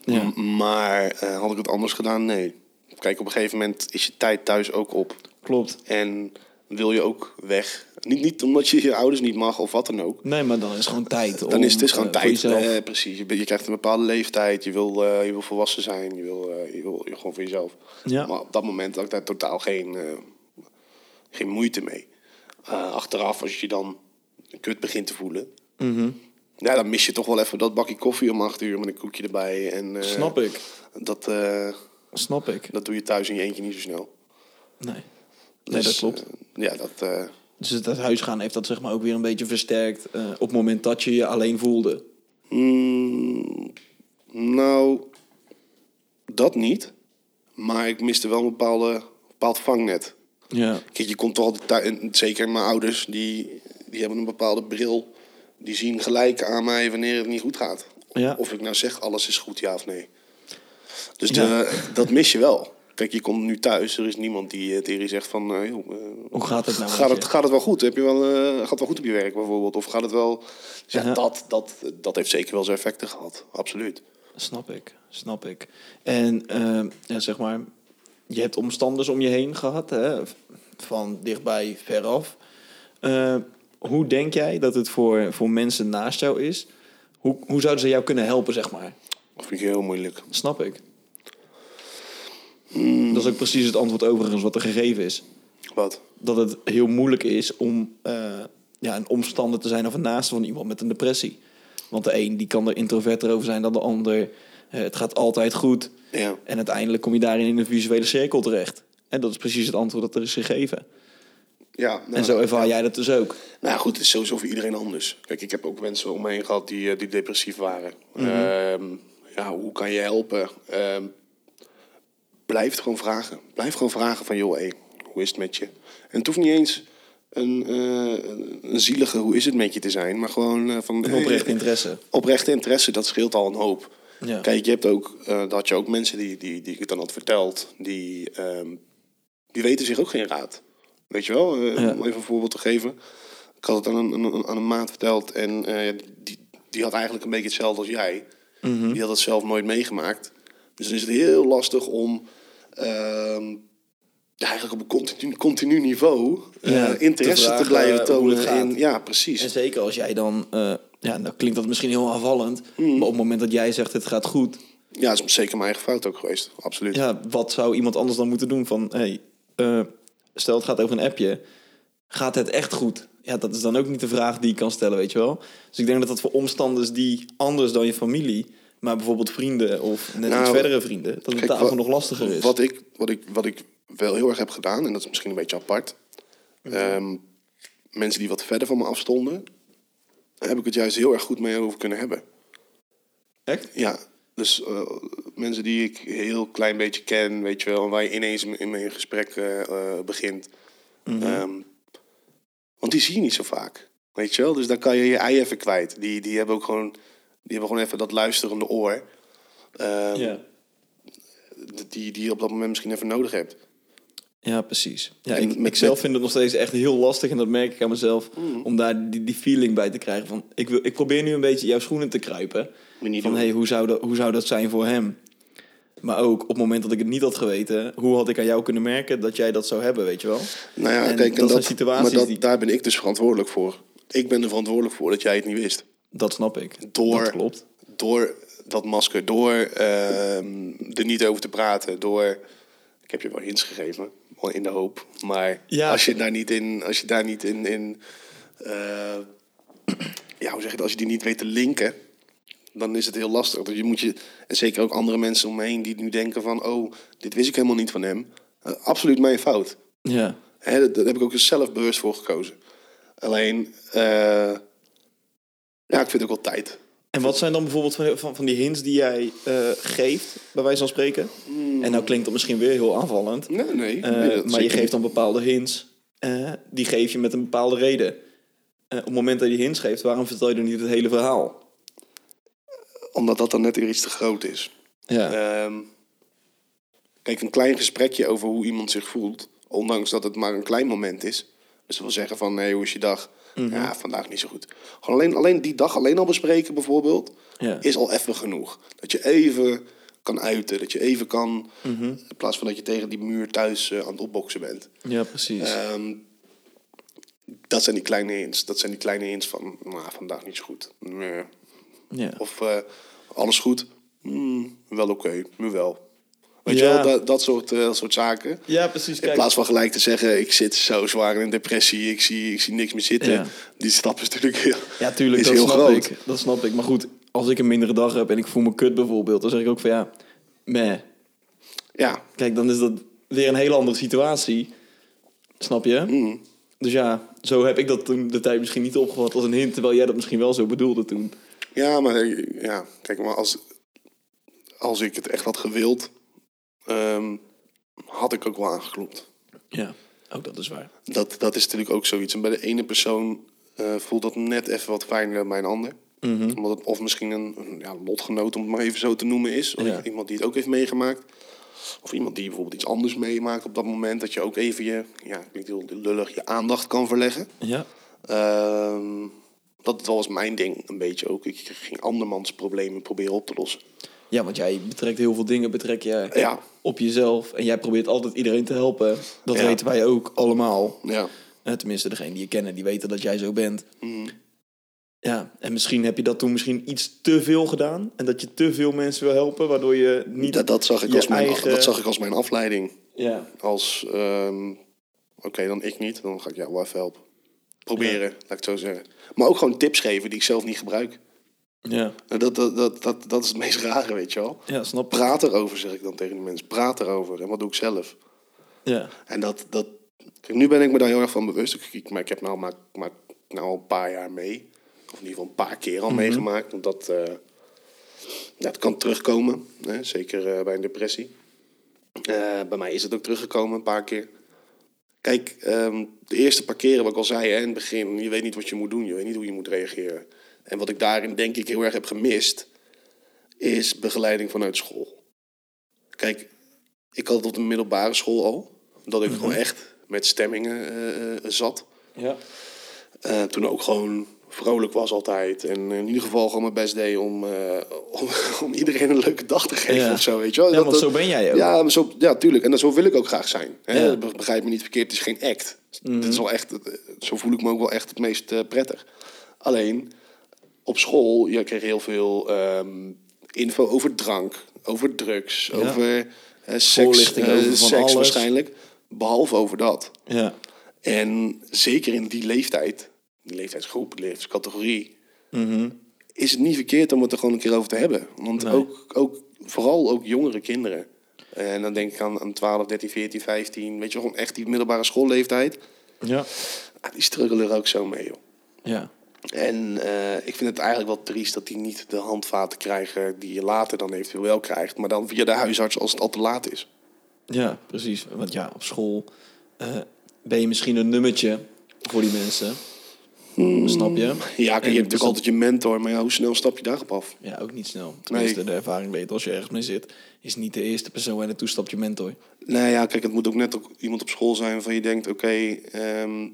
Ja. M- Maar eh, had ik het anders gedaan? Nee. Kijk, op een gegeven moment is je tijd thuis ook op. Klopt. En wil je ook weg. Niet, niet omdat je je ouders niet mag of wat dan ook. Nee, maar dan is het gewoon tijd. Dan is het is gewoon tijd. Jezelf. Eh, precies. Je, bent- je krijgt een bepaalde leeftijd. Je wil, eh, je wil volwassen zijn. Je wil, eh, je wil gewoon voor jezelf. Ja. Maar op dat moment had ik daar totaal geen, eh, geen moeite mee. Eh, achteraf, als je dan kut begint te voelen. Mhm. Ja, dan mis je toch wel even dat bakje koffie om acht uur met een koekje erbij. En, eh, Snap ik. Dat, eh, Snap ik. dat doe je thuis in je eentje niet zo snel. Nee. Nee, dat Dus, klopt. eh, ja, dat... eh, Dus het uit huis gaan heeft dat zeg maar ook weer een beetje versterkt eh, op het moment dat je je alleen voelde. Mm, nou, dat niet. Maar ik miste wel een bepaalde, bepaald vangnet. Ja. Kijk, je komt toch altijd thuis... en Zeker mijn ouders, die, die hebben een bepaalde bril. Die zien gelijk aan mij wanneer het niet goed gaat. Ja. Of ik nou zeg, alles is goed, ja of nee. Dus de, Ja. dat mis je wel. Kijk, je komt nu thuis. Er is niemand die eh, tegen je zegt van... eh, joh, eh, Hoe gaat het nou? Gaat met het, je? gaat het wel goed? Heb je wel, eh, gaat het wel goed op je werk bijvoorbeeld? Of gaat het wel... Dus ja, Ja. dat, dat, dat heeft zeker wel zijn effecten gehad. Absoluut. Snap ik, snap ik. En ehm, ja, zeg maar, je hebt omstanders om je heen gehad, hè? van dichtbij, veraf. Eh, hoe denk jij dat het voor, voor mensen naast jou is? Hoe, hoe zouden ze jou kunnen helpen, zeg maar? Dat vind ik heel moeilijk. Snap ik. Dat is ook precies het antwoord overigens wat er gegeven is. Wat? dat het heel moeilijk is om eh, ja, een omstander te zijn of een naaste van iemand met een depressie. Want de een die kan er introverter over zijn dan de ander. Eh, het gaat altijd goed. Ja. En uiteindelijk kom je daarin in een visuele cirkel terecht. En dat is precies het antwoord dat er is gegeven. Ja, nou, En zo ervaar jij dat dus ook. nou goed, het is sowieso voor iedereen anders. Kijk, ik heb ook mensen om me heen gehad die, eh, die depressief waren. Mhm. Ehm, ja, hoe kan je helpen? Ehm, blijf het gewoon vragen. Blijf gewoon vragen van, joh, hé, hoe is het met je? En het hoeft niet eens een, eh, een- een zielige hoe is het met je te zijn. Maar gewoon eh, van... Een hey, oprecht interesse. oprechte interesse, dat scheelt al een hoop. Ja. Kijk, je hebt ook, eh dat had je ook mensen die, die, die ik het dan had verteld, die, ehm, die weten zich ook geen raad. Weet je wel, Eh, Ja. om even een voorbeeld te geven. Ik had het aan een, aan een- aan een maat verteld en eh, die, die had eigenlijk een beetje hetzelfde als jij. Mhm. Die had het zelf nooit meegemaakt. Dus dan is het heel lastig om ehm, ja, eigenlijk op een continu, continu niveau eh, Ja, interesse te te, vragen, blijven eh, hoe het tonen. gaat. in- ja, precies. En zeker als jij dan... eh, ja, dan klinkt dat misschien heel aanvallend. Mm. Maar op het moment dat jij zegt het gaat goed... Ja, dat is zeker mijn eigen fout ook geweest. Absoluut. ja, wat zou iemand anders dan moeten doen? Van, hey, eh, stel het gaat over een appje. Gaat het echt goed? Ja, dat is dan ook niet de vraag die je kan stellen, weet je wel? Dus ik denk dat dat voor omstanders die anders dan je familie... maar bijvoorbeeld vrienden of net Nou, iets verdere vrienden... dat het Kijk, daarvoor wa- nog lastiger is. Wat ik, wat, ik, wat ik wel heel erg heb gedaan, en dat is misschien een beetje apart. Mhm. ehm, mensen die wat verder van me afstonden, daar heb ik het juist heel erg goed mee over kunnen hebben. Echt? Ja, dus eh, mensen die ik een heel klein beetje ken, weet je wel, en waar je ineens in in een gesprek eh, eh, begint. Mhm. Ehm, want die zie je niet zo vaak, weet je wel. Dus dan kan je je ei even kwijt. Die, die hebben ook gewoon, die hebben gewoon even dat luisterende oor. Ehm, Ja. d- die, die je op dat moment misschien even nodig hebt. Ja, precies. Ja, En ik, met- ik zelf met- vind het nog steeds echt heel lastig... en dat merk ik aan mezelf, Mm. om daar die, die feeling bij te krijgen. Van, ik, wil, ik probeer nu een beetje jouw schoenen te kruipen. Moet je niet van, doen. hey, hoe, zou dat, hoe zou dat zijn voor hem? Maar ook op het moment dat ik het niet had geweten... hoe had ik aan jou kunnen merken dat jij dat zou hebben, weet je wel? Nou ja, En kijk, en dat zijn maar situaties dat, die- daar ben ik dus verantwoordelijk voor. Ik ben er verantwoordelijk voor dat jij het niet wist. Dat snap ik. Door, Dat klopt. door dat masker, door ehm, er niet over te praten, door... Ik heb je wel hints gegeven, wel in de hoop. Maar Ja. als je daar niet in... Als je daar niet in, in eh, ja, hoe zeg je dat? Als je die niet weet te linken, dan is het heel lastig. Dus je moet je, en zeker ook andere mensen om me heen die nu denken van... Oh, dit wist ik helemaal niet van hem. Eh, absoluut mijn fout. Ja. Hè, dat- daar heb ik ook eens zelf bewust voor gekozen. Alleen, eh, ja, ik vind het ook wel tijd. En wat zijn dan bijvoorbeeld van, van, van die hints die jij eh, geeft, bij wijze van spreken? Hmm. En nou klinkt dat misschien weer heel aanvallend. Nee, nee. Eh, nee, dat maar je zeker geeft dan bepaalde hints. Eh, die geef je met een bepaalde reden. Eh, op het moment dat je hints geeft, waarom vertel je dan niet het hele verhaal? niet. Omdat dat dan net weer iets te groot is. Ja. Ehm, kijk, een klein gesprekje over hoe iemand zich voelt, ondanks dat het maar een klein moment is. Dus dat wil zeggen van, hey, hoe is je dag? Mhm. Ja, vandaag niet zo goed. Gewoon alleen, alleen die dag alleen al bespreken bijvoorbeeld, Ja. is al even genoeg. Dat je even kan uiten, dat je even kan, Mhm. in plaats van dat je tegen die muur thuis eh, aan het opboksen bent. ja, precies. Ehm, dat zijn die kleine hints. Dat zijn die kleine hints van, nou, vandaag niet zo goed. Nee. ja. Of eh, alles goed? Hmm, wel oké, nu wel. Weet Ja. je wel, dat, dat, soort, eh, dat soort zaken. ja, precies. In Kijk, plaats van gelijk te zeggen, ik zit zo zwaar in een depressie, ik zie, ik zie niks meer zitten. Ja. Die stap is natuurlijk heel, Ja, tuurlijk, is dat heel snap groot. ik. Dat snap ik. Maar goed, als ik een mindere dag heb en ik voel me kut bijvoorbeeld, dan zeg ik ook van ja, meh. Ja, Kijk, dan is dat weer een hele andere situatie. Snap je? Dus ja, zo heb ik dat toen de tijd misschien niet opgevat als een hint, terwijl jij dat misschien wel zo bedoelde toen. ja maar eh, ja, kijk, maar als, als ik het echt had gewild, ehm, had ik ook wel aangeklopt. Ja, ook dat is waar. Dat, dat is natuurlijk ook zoiets. En bij de ene persoon eh, voelt dat net even wat fijner dan bij een ander. Mhm. Omdat het of misschien een een, ja, lotgenoot, om het maar even zo te noemen, is. Of Ja. iemand die het ook heeft meegemaakt. Of iemand die bijvoorbeeld iets anders meemaakt op dat moment. Dat je ook even je, ja, klinkt heel lullig, je aandacht kan verleggen. Ja. Ehm, dat was mijn ding een beetje ook. Ik ging andermans problemen proberen op te lossen. ja, want jij betrekt heel veel dingen betrek jij Ja. op jezelf. En jij probeert altijd iedereen te helpen. Dat Ja. weten wij ook allemaal. Ja. Eh, Tenminste, degene die je kennen, die weten dat jij zo bent. Mm. Ja, en misschien heb je dat toen misschien iets te veel gedaan. En dat je te veel mensen wil helpen, waardoor je niet... Dat, dat, zag ik je als mijn, eigen- dat zag ik als mijn afleiding. Ja, als ehm, oké, dan ik niet, dan ga ik jou wel even helpen. Proberen, laat ik het zo zeggen. Maar ook gewoon tips geven die ik zelf niet gebruik. ja. En Dat, dat, dat, dat, dat is het meest rare, weet je wel. ja snap ik. Praat erover, zeg ik dan tegen die mensen. Praat erover. En wat doe ik zelf? Ja. En dat, dat... Kijk, nu ben ik me daar heel erg van bewust. Ik, ik, maar ik heb nou, maar, maar, nou al een paar jaar mee. Of in ieder geval een paar keer al meegemaakt. Want dat, eh, ja, het kan terugkomen. Hè? Zeker eh, bij een depressie. Eh, bij mij is het ook teruggekomen een paar keer. Kijk, ehm, de eerste paar keren, wat ik al zei hè, in het begin... je weet niet wat je moet doen, je weet niet hoe je moet reageren. En wat ik daarin denk ik heel erg heb gemist... is begeleiding vanuit school. Kijk, ik had het op de middelbare school al. Dat ik gewoon echt met stemmingen eh, eh, zat. Ja. Eh, toen ook gewoon vrolijk was altijd. En in ieder geval gewoon mijn best deed om, eh, om, om iedereen een leuke dag te geven Ja. of zo, weet je wel. Ja, want zo ben jij ook. Ja, maar zo, ja, tuurlijk. En dat- zo wil ik ook graag zijn. Hè? Ja. Mhm. Be- Begrijp me niet verkeerd, het is geen act. Dit is wel echt, eh, zo voel ik me ook wel echt het meest eh, prettig. Alleen, op school, je kreeg heel veel ehm, info over drank, over drugs, Ja. over eh, seks, Voorlichting eh, over van seks alles. waarschijnlijk. Behalve over dat. Ja. En zeker in die leeftijd, die leeftijdsgroep, die leeftijdscategorie, Mhm. is het niet verkeerd om het er gewoon een keer over te hebben. Want Nee. ook, ook, vooral ook jongere kinderen. En dan denk ik aan, aan 12, 13, 14, 15, weet je, gewoon echt die middelbare schoolleeftijd. Ja. Ah, Die struggelen er ook zo mee, joh. Ja. En eh, ik vind het eigenlijk wel triest dat die niet de handvaten krijgen die je later dan eventueel wel krijgt. Maar dan via de huisarts als het al te laat is. Ja, precies. Want ja, op school eh, ben je misschien een nummertje voor die mensen. Snap je? Mm. Ja, kijk, je En hebt natuurlijk dus- altijd je mentor, maar ja, hoe snel stap je daarop af? Ja, ook niet snel. Tenminste, de ervaring weet als je ergens mee zit, is niet de eerste persoon waar je naartoe stapt je mentor. Nou ja, kijk, het moet ook net ook iemand op school zijn waarvan je denkt, oké, ehm,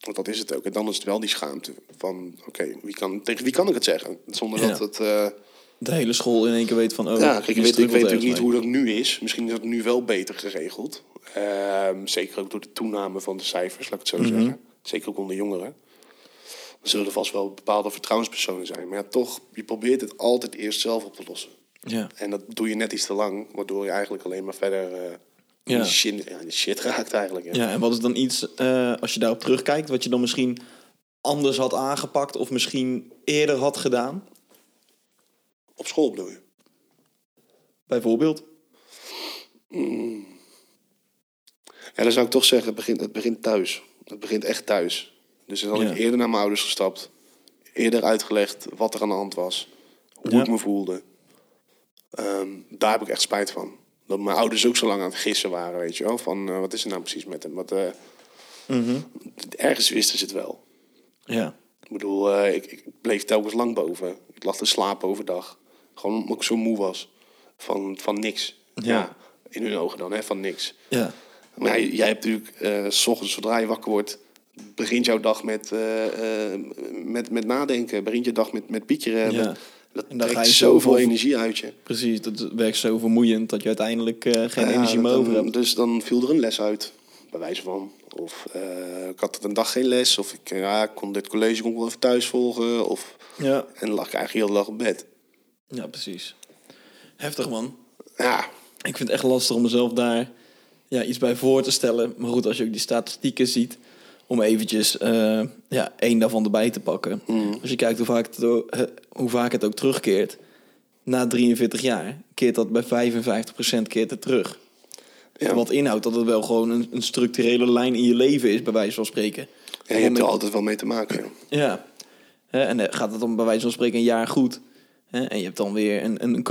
want dat is het ook. En dan is het wel die schaamte van, oké, wie kan, tegen wie kan ik het zeggen? Zonder dat Ja. het... eh, De hele school in één keer weet van, oh, ja, kijk, je ik weet, ik struggelt weet natuurlijk ergens niet mee. hoe dat nu is. Misschien is dat nu wel beter geregeld. Ehm, zeker ook door de toename van de cijfers, laat ik het Mhm. zo zeggen. Zeker ook onder jongeren. Er zullen vast wel bepaalde vertrouwenspersonen zijn. Maar ja, toch, je probeert het altijd eerst zelf op te lossen. Ja. En dat doe je net iets te lang, waardoor je eigenlijk alleen maar verder eh, in Ja. die shit, ja, in die shit raakt eigenlijk. Ja. ja, en wat is dan iets, eh, als je daarop terugkijkt, wat je dan misschien anders had aangepakt of misschien eerder had gedaan? Op school bedoel je? Bijvoorbeeld? Ja, dan zou ik toch zeggen, het begint, het begint thuis. Het begint echt thuis. Dus dan had Ja. ik eerder naar mijn ouders gestapt. Eerder uitgelegd wat er aan de hand was. Hoe Ja. ik me voelde. Ehm, daar heb ik echt spijt van. Dat mijn ouders ook zo lang aan het gissen waren, weet je wel. Van, eh, wat is er nou precies met hem? Wat, eh, Mhm. Ergens wisten ze het wel. Ja. Ik bedoel, eh, ik, ik bleef telkens lang boven. Ik lag te slapen overdag. Gewoon omdat ik zo moe was. Van, van niks. Ja. Ja. In hun ogen dan, hè, van niks. Ja. Maar jij, jij hebt natuurlijk, eh, s ochtends zodra je wakker wordt, begint jouw dag met, eh, eh, met, met nadenken. Begint je dag met, met piekeren. Ja. Met- dat En dan ga trekt je zoveel zoveel- energie uit je. Precies, dat werkt zo vermoeiend dat je uiteindelijk eh, geen Ja, energie meer dan- over hebt. Dus dan viel er een les uit, bij wijze van. Of eh, ik had een dag geen les. Of ik, eh, ja, ik kon dit college kon ik wel even thuis volgen. Of, Ja. en dan lag ik eigenlijk heel de dag op bed. ja, precies. Heftig man. Ja, Ik vind het echt lastig om mezelf daar ja, iets bij voor te stellen. Maar goed, als je ook die statistieken ziet, om eventjes eh, ja, één daarvan erbij te pakken. Mm. Als je kijkt hoe vaak, het, o- eh, hoe vaak het ook terugkeert, na 43 jaar keert dat bij 55% keert het terug. Ja. Wat inhoudt dat het wel gewoon een, een structurele lijn in je leven is, bij wijze van spreken. ja je hebt er Waarom ik- altijd wel mee te maken. ja. Ja. Hè, En eh, gaat het dan bij wijze van spreken een jaar goed? hè, En je hebt dan weer een, een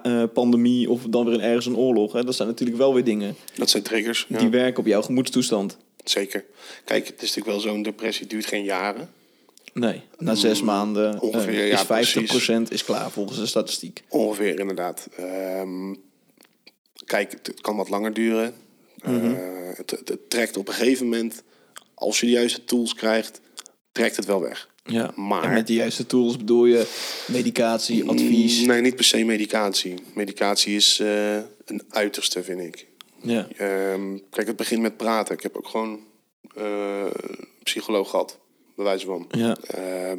corona-pandemie of dan weer een, ergens een oorlog. hè. Dat zijn natuurlijk wel weer dingen Dat zijn triggers. Ja. die werken op jouw gemoedstoestand. Zeker. Kijk, het is natuurlijk wel zo'n depressie, duurt geen jaren. Nee, na zes maanden eh, Mm, ongeveer, ja, is 50% precies. is klaar volgens de statistiek. Ongeveer, inderdaad. Ehm, kijk, het, het kan wat langer duren. Eh, het, het- het trekt op een gegeven moment, als je de juiste tools krijgt, trekt het wel weg. Ja. Maar- En met de juiste tools bedoel je medicatie, advies. Mm, Nee, niet per se medicatie. Medicatie is eh, een uiterste, vind ik. Ja. Ehm, kijk, het begint met praten. Ik heb ook gewoon eh, een psycholoog gehad, bij wijze van. Ja. Ehm,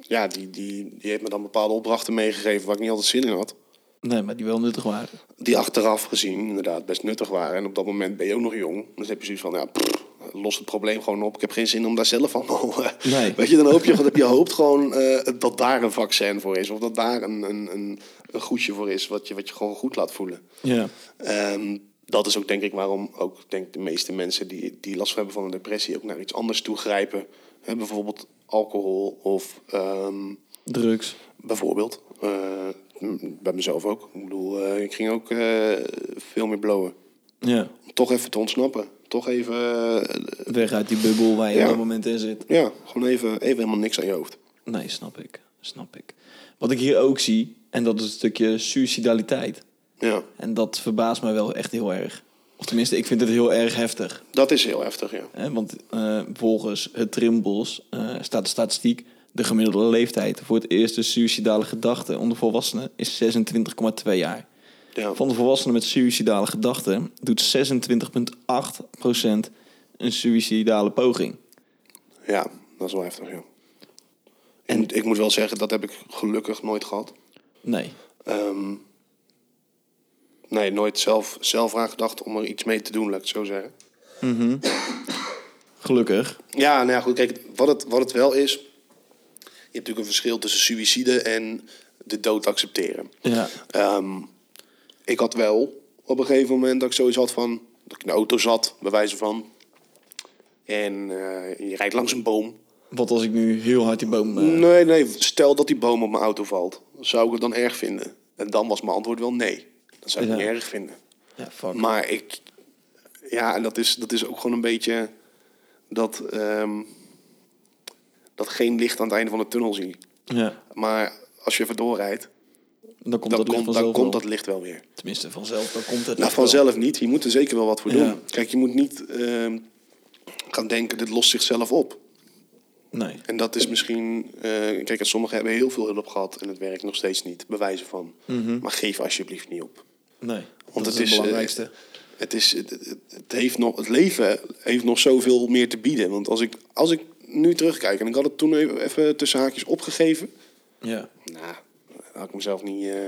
ja, die, die, die heeft me dan bepaalde opdrachten meegegeven waar ik niet altijd zin in had. Nee, maar die wel nuttig waren. Die achteraf gezien inderdaad best nuttig waren. En op dat moment ben je ook nog jong. Dus heb je zoiets van, ja, pff, los het probleem gewoon op. Ik heb geen zin om daar zelf allemaal... eh, Nee. Weet je, dan hoop je, je hoopt gewoon eh, dat daar een vaccin voor is. Of dat daar een, een, een, een goedje voor is wat je, wat je gewoon goed laat voelen. Ja. Ehm, dat is ook denk ik waarom ook denk ik, de meeste mensen die, die last van hebben van een depressie ook naar iets anders toe grijpen. Hè, bijvoorbeeld alcohol of ehm, Drugs. bijvoorbeeld. eh, m- bij mezelf ook. Ik bedoel, eh, ik ging ook eh, veel meer blowen. Ja. Om toch even te ontsnappen. Toch even, eh, Weg uit die bubbel waar je Ja. op dat moment in zit. ja, gewoon even, even helemaal niks aan je hoofd. Nee, snap ik. Snap ik. Wat ik hier ook zie, en dat is het stukje suicidaliteit. Ja, En dat verbaast mij wel echt heel erg. Of tenminste, ik vind het heel erg heftig. dat is heel heftig, ja. Hè? Want eh, volgens het Trimbos eh, staat de statistiek... de gemiddelde leeftijd voor het eerste suicidale gedachte... onder volwassenen is 26,2 jaar. ja. Van de volwassenen met suicidale gedachten... doet 26,8% een suicidale poging. Ja, dat is wel heftig, ja. En ik moet wel zeggen, dat heb ik gelukkig nooit gehad. Nee. Ehm, nee, nooit zelf, zelf aan gedacht om er iets mee te doen, laat ik het zo zeggen. Gelukkig. Ja, nou ja, goed, kijk, wat het, wat het wel is... Je hebt natuurlijk een verschil tussen suïcide en de dood accepteren. Ja. Ehm, ik had wel op een gegeven moment dat ik zoiets had van... Dat ik in de auto zat, bij wijze van. En eh, je rijdt langs een boom. Wat als ik nu heel hard die boom... eh, Nee, nee, stel dat die boom op mijn auto valt. Zou ik het dan erg vinden? En dan was mijn antwoord wel nee. Dat zou ik Ja. niet erg vinden. Ja, fuck. Maar ik... Ja, en dat is, dat is ook gewoon een beetje dat, ehm, dat geen licht aan het einde van de tunnel zie. Ja. Maar als je even doorrijdt, Dan komt dan, dat licht komt, vanzelf dan komt wel. dat licht wel weer. Tenminste, vanzelf. Dan komt het Nou, licht wel. vanzelf niet. Je moet er zeker wel wat voor Ja. doen. Kijk, je moet niet ehm, gaan denken, dit lost zichzelf op. Nee. En dat is misschien... eh, kijk, en sommigen hebben heel veel hulp gehad en het werkt nog steeds niet. Bewijzen van. Mhm. Maar geef alsjeblieft niet op. Nee. Want dat het is is, het belangrijkste. eh, Het, is, het, het- het heeft nog, het leven heeft nog zoveel meer te bieden. Want als ik, als ik nu terugkijk, en ik had het toen even, even tussen haakjes opgegeven. ja. Nou, had ik mezelf niet... eh,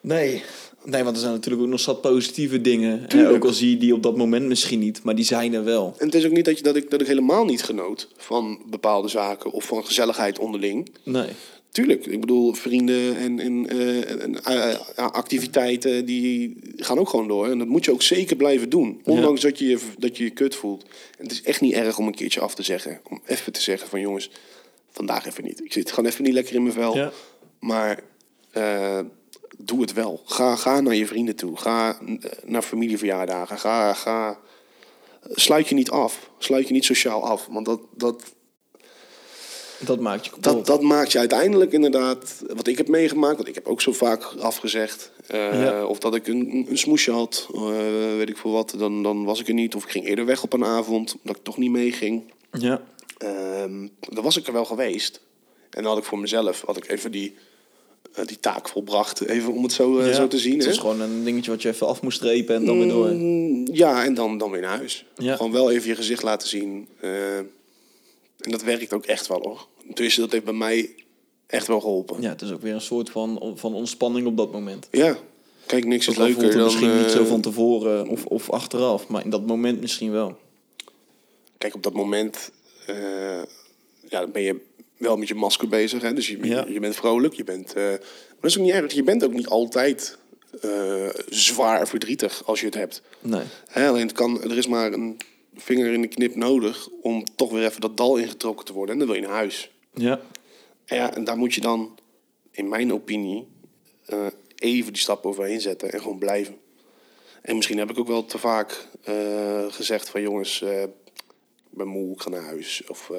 Nee. Nee, want er zijn natuurlijk ook nog zat positieve dingen. Eh, Tuurlijk. ook al zie je die op dat moment misschien niet, maar die zijn er wel. En het is ook niet dat, je, dat, ik, dat ik helemaal niet genoot van bepaalde zaken of van gezelligheid onderling. Nee. Tuurlijk, ik bedoel, vrienden en, en, eh, en eh, activiteiten die gaan ook gewoon door. En dat moet je ook zeker blijven doen. Ondanks dat, je je, dat je je kut voelt. En het is echt niet erg om een keertje af te zeggen. Om even te zeggen van jongens, vandaag even niet. Ik zit gewoon even niet lekker in mijn vel. Ja. Maar eh, doe het wel. Ga, ga naar je vrienden toe. Ga eh, naar familieverjaardagen. Ga, ga. Sluit je niet af. Sluit je niet sociaal af. Want dat, dat, Dat maakt je kapot. dat, dat maakt je uiteindelijk inderdaad, wat ik heb meegemaakt, want ik heb ook zo vaak afgezegd. eh, Ja. Of dat ik een, een smoesje had, eh, weet ik veel wat, dan, dan was ik er niet. Of ik ging eerder weg op een avond, omdat ik toch niet meeging. Ja. Ehm, dan was ik er wel geweest. En dan had ik voor mezelf had ik even die, eh, die taak volbracht, even om het zo, eh, ja. zo te zien. Het hè. is gewoon een dingetje wat je even af moet strepen en dan weer door. Mm, Ja, en dan, dan weer naar huis. Ja. Gewoon wel even je gezicht laten zien. eh, en dat werkt ook echt wel hoor. Dus dat heeft bij mij echt wel geholpen. Ja, het is ook weer een soort van, van ontspanning op dat moment. Ja. Kijk, niks Dat is voelt leuker het dan... misschien niet zo eh, van tevoren of, of achteraf, maar in dat moment misschien wel. Kijk, op dat moment... eh, ja, dan ben je wel met je masker bezig. Hè? Dus je, Ja. je bent vrolijk. Je bent, eh, maar dat is ook niet erg. Je bent ook niet altijd eh, zwaar verdrietig als je het hebt. Nee. Hè? Alleen het kan, er is maar een vinger in de knip nodig... om toch weer even dat dal ingetrokken te worden. En dan wil je naar huis. Ja. En ja, en daar moet je dan, in mijn opinie, eh, even die stap overheen zetten en gewoon blijven. En misschien heb ik ook wel te vaak eh, gezegd van jongens, eh, ik ben moe, ik ga naar huis. Of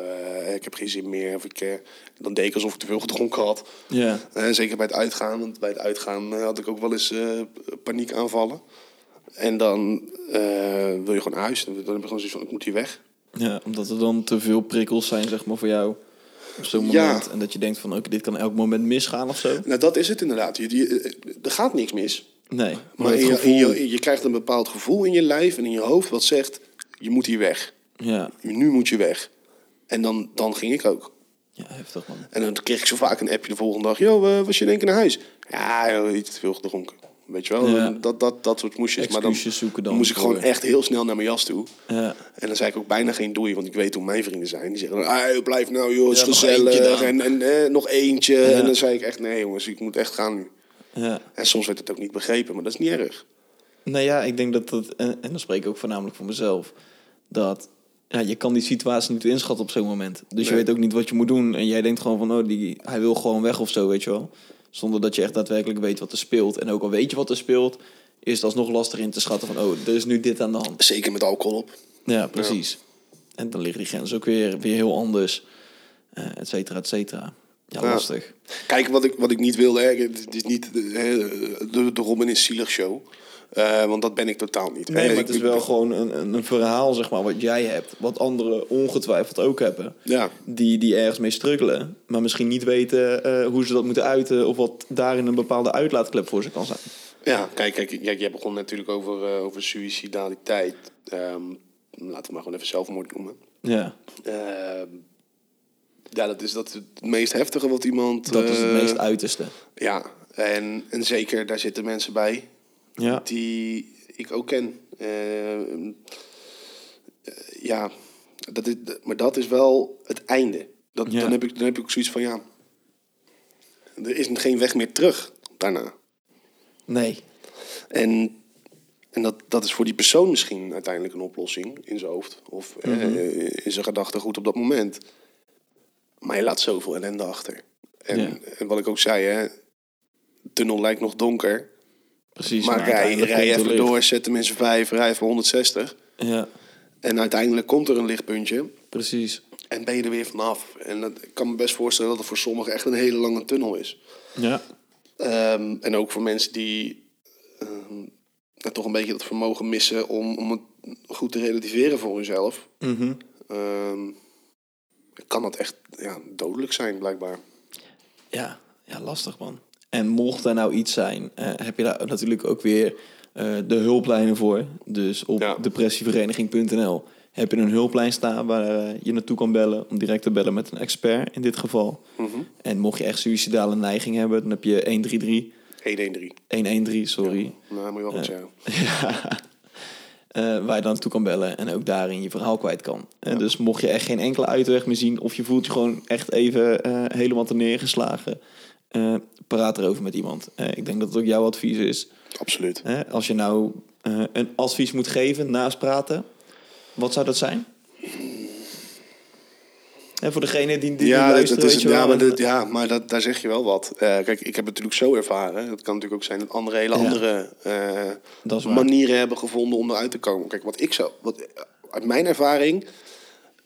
eh, ik heb geen zin meer. Of ik, eh, dan deed ik alsof ik te veel gedronken had. Ja. Eh, zeker bij het uitgaan, want bij het uitgaan eh, had ik ook wel eens eh, paniek aanvallen. En dan eh, wil je gewoon naar huis. Dan heb je gewoon zoiets van, ik moet hier weg. Ja, omdat er dan te veel prikkels zijn, zeg maar, voor jou op zo'n Ja. moment. En dat je denkt van, oké, dit kan elk moment misgaan of zo. Nou, dat is het inderdaad. Je, je- er gaat niks mis. Nee. Maar het in je, gevoel- in je, je krijgt een bepaald gevoel in je lijf en in je hoofd wat zegt, je moet hier weg. Ja. Nu moet je weg. En dan, dan ging ik ook. ja, heftig man. En dan kreeg ik zo vaak een appje de volgende dag. Yo, eh, was je in één keer naar huis? Ja, joh, iets te veel gedronken. Weet je wel, Ja. dat, dat, dat soort moesjes. maar Excuses zoeken dan moest ik gewoon voor. echt heel snel naar mijn jas toe. Ja. En dan zei ik ook bijna geen doei, want ik weet hoe mijn vrienden zijn. Die zeggen dan, "Ai, blijf nou joh, het Ja, is nog eentje gezellig. dan. En, en eh, nog eentje. Ja. En dan zei ik echt, nee jongens, ik moet echt gaan nu. ja. En soms werd het ook niet begrepen, maar dat is niet erg. Nou ja, ik denk dat dat, en, en dan spreek ik ook voornamelijk voor mezelf, dat ja, je kan die situatie niet inschatten op zo'n moment. Dus je Nee. weet ook niet wat je moet doen. En jij denkt gewoon van, oh, die, hij wil gewoon weg of zo, weet je wel. Zonder dat je echt daadwerkelijk weet wat er speelt. En ook al weet je wat er speelt, is het alsnog lastig in te schatten van, oh, er is nu dit aan de hand. Zeker met alcohol op. Ja, precies. En dan liggen die grenzen ook weer, weer heel anders. eh et cetera, et cetera. Ja, Ja. lastig. Kijk, wat ik, wat ik niet wilde, hè, het is niet eh, de, de Robin is zielig show. Eh, want dat ben ik totaal niet. Nee, Eh, maar ik- het is ik- wel gewoon een, een, een verhaal, zeg maar, wat jij hebt. Wat anderen ongetwijfeld ook hebben. Ja. Die, die ergens mee struggelen. Maar misschien niet weten eh, hoe ze dat moeten uiten. Of wat daarin een bepaalde uitlaatklep voor ze kan zijn. Ja, kijk, kijk jij, jij begon natuurlijk over, eh, over suicidaliteit. Ehm, laten we het maar gewoon even zelfmoord noemen. Ja, Ehm, ja, dat is dat is het meest heftige wat iemand... dat is het eh, meest uiterste. Ja, en, en zeker, daar zitten mensen bij Ja, die ik ook ken. Eh, eh, ja, dat is, maar dat is wel het einde. Dat, Ja. dan, heb ik, dan heb ik ook zoiets van, ja, er is geen weg meer terug daarna. nee. En, en dat, dat is voor die persoon misschien uiteindelijk een oplossing in zijn hoofd. Of eh, Mhm. in zijn gedachten goed op dat moment. Maar je laat zoveel ellende achter. En, Ja. en wat ik ook zei, hè, tunnel lijkt nog donker. Precies. Maar rij, uiteindelijk rij komt er even licht. door, zet hem in zijn vijf, rij even 160. Ja, En uiteindelijk komt er een lichtpuntje precies. en ben je er weer vanaf. En dat, ik kan me best voorstellen dat het voor sommigen echt een hele lange tunnel is. Ja, Ehm, en ook voor mensen die ehm, ja, toch een beetje dat vermogen missen om, om het goed te relativeren voor hunzelf. mhm. Ehm, kan dat echt ja, dodelijk zijn, blijkbaar. Ja, ja, lastig man. En mocht er nou iets zijn, eh, heb je daar natuurlijk ook weer eh, de hulplijnen voor. Dus op Ja. depressievereniging.nl heb je een hulplijn staan waar eh, je naartoe kan bellen. Om direct te bellen met een expert in dit geval. En mocht je echt suïcidale neiging hebben, dan heb je 133. 113. 113, sorry. Nou, moet je wel wat zeggen. Ja. Eh, waar je dan toe kan bellen en ook daarin je verhaal kwijt kan. Eh, Dus mocht je echt geen enkele uitweg meer zien... of je voelt je gewoon echt even eh, helemaal te neergeslagen... eh, praat erover met iemand. Eh, ik denk dat het ook jouw advies is. Absoluut. Eh, als je nou eh, een advies moet geven naast praten... wat zou dat zijn? Hè, Eh, voor degene die, die Ja, die dat, luisteren, dat weet is het, je wel. ja, maar, En, dat, ja, maar dat, daar zeg je wel wat. Eh, kijk, ik heb het natuurlijk zo ervaren. Het kan natuurlijk ook zijn dat anderen hele Ja. andere eh, Dat is waar. manieren hebben gevonden om eruit te komen. Kijk, wat ik zou... Wat, uit mijn ervaring,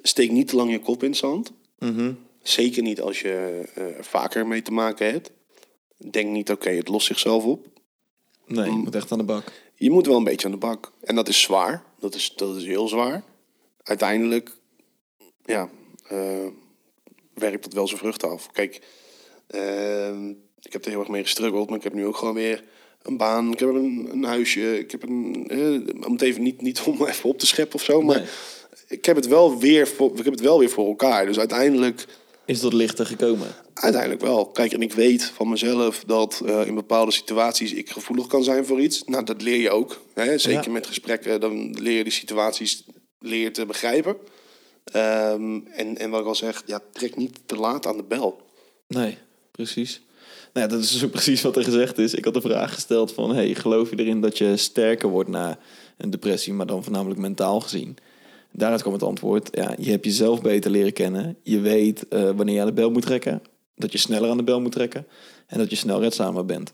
steek niet te lang je kop in het zand. Mhm. Zeker niet als je eh, er vaker mee te maken hebt. Denk niet, oké, het lost zichzelf op. Nee, je moet echt aan de bak. Je moet wel een beetje aan de bak. En dat is zwaar. Dat is, dat is heel zwaar. Uiteindelijk, ja, eh, werkt dat wel zijn vruchten af. Kijk, ehm, ik heb er heel erg mee gestruggeld, maar ik heb nu ook gewoon weer een baan. Ik heb een, een huisje. Ik heb een, eh, om het even niet, niet om even op te scheppen of zo, maar Nee. ik, heb het wel weer voor, ik heb het wel weer voor elkaar. Dus uiteindelijk Is dat lichter gekomen? Uiteindelijk wel. Kijk, en ik weet van mezelf dat eh, in bepaalde situaties ik gevoelig kan zijn voor iets. Nou, dat leer je ook. Hè? Zeker Ja. met gesprekken, eh, dan leer je die situaties leer je te begrijpen. Ehm, en, en wat ik al zeg, ja, trek niet te laat aan de bel. Nee, precies. Nou ja, dat is dus ook precies wat er gezegd is. Ik had de vraag gesteld van... Hey, geloof je erin dat je sterker wordt na een depressie... maar dan voornamelijk mentaal gezien? Daaruit kwam het antwoord. Ja, je hebt jezelf beter leren kennen. Je weet eh, wanneer je aan de bel moet trekken. Dat je sneller aan de bel moet trekken. En dat je snel redzamer bent.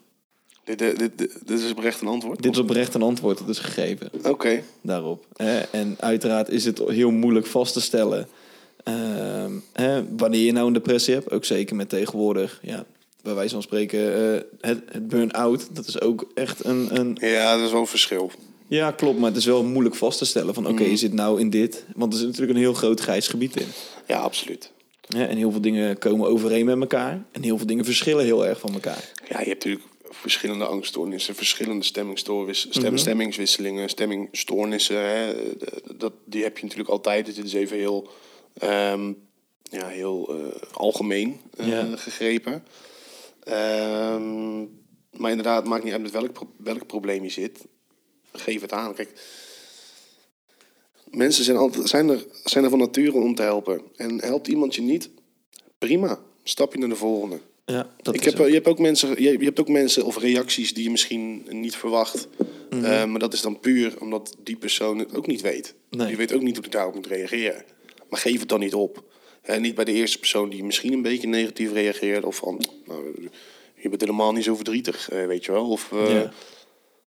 Dit, dit, dit, dit is oprecht een antwoord. Dit is oprecht een antwoord dat is gegeven. Oké. daarop. Hè? En uiteraard is het heel moeilijk vast te stellen ehm, hè, wanneer je nou een depressie hebt. Ook zeker met tegenwoordig, ja, bij wijze van spreken, eh, het, het burn-out. Dat is ook echt een, een... Ja, dat is wel een verschil. Ja, klopt, maar het is wel moeilijk vast te stellen van oké, Mm. je zit nou in dit. Want er zit natuurlijk een heel groot grijs gebied in. Ja, absoluut. Hè? En heel veel dingen komen overeen met elkaar. En heel veel dingen verschillen heel erg van elkaar. Ja, je hebt natuurlijk verschillende angststoornissen, verschillende stemmingstoornis- stem- stemmingswisselingen, stemmingstoornissen. Hè, Eh, dat, die heb je natuurlijk altijd. Dit is even heel, ehm, ja, heel eh, algemeen eh, Ja. gegrepen. Ehm, maar inderdaad, het maakt niet uit met welk, pro- welk probleem je zit. Geef het aan. Kijk, mensen zijn, altijd, zijn, er, zijn er van nature om te helpen. En helpt iemand je niet, prima. Stap je naar de volgende. Ja, dat Ik is heb, je, hebt ook mensen, je, je hebt ook mensen of reacties die je misschien niet verwacht. Mhm. Eh, maar dat is dan puur omdat die persoon het ook niet weet. Nee. Die weet ook niet hoe ik daarop moet reageren. Maar geef het dan niet op. En niet bij de eerste persoon die misschien een beetje negatief reageert. Of van, nou, je bent helemaal niet zo verdrietig, eh, weet je wel. Of, eh, ja.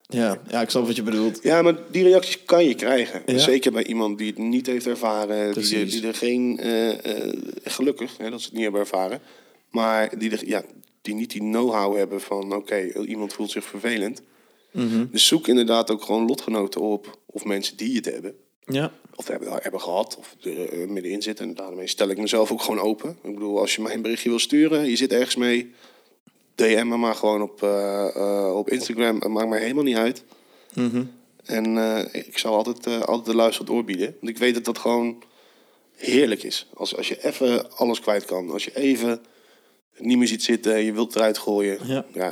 Ja, ja, ik snap wat je bedoelt. ja, maar die reacties kan je krijgen. Ja. Zeker bij iemand die het niet heeft ervaren. Die, er- Precies. die er geen... eh, eh, gelukkig hè, dat ze het niet hebben ervaren. Maar die, er, ja, die niet die know-how hebben van... Oké, iemand voelt zich vervelend. Mhm. Dus zoek inderdaad ook gewoon lotgenoten op. Of mensen die het hebben. Ja, Of hebben, hebben gehad. Of er eh, middenin zitten. En daarmee stel ik mezelf ook gewoon open. Ik bedoel, als je mij een berichtje wil sturen. Je zit ergens mee. DM me maar gewoon op, eh, eh, op Instagram. Het maakt mij helemaal niet uit. En eh, ik zal altijd, eh, altijd de luisterend oor bieden. Want ik weet dat dat gewoon heerlijk is. Als, als je even alles kwijt kan. Als je even het niet meer ziet zitten. en Je wilt eruit gooien. Ja. eh,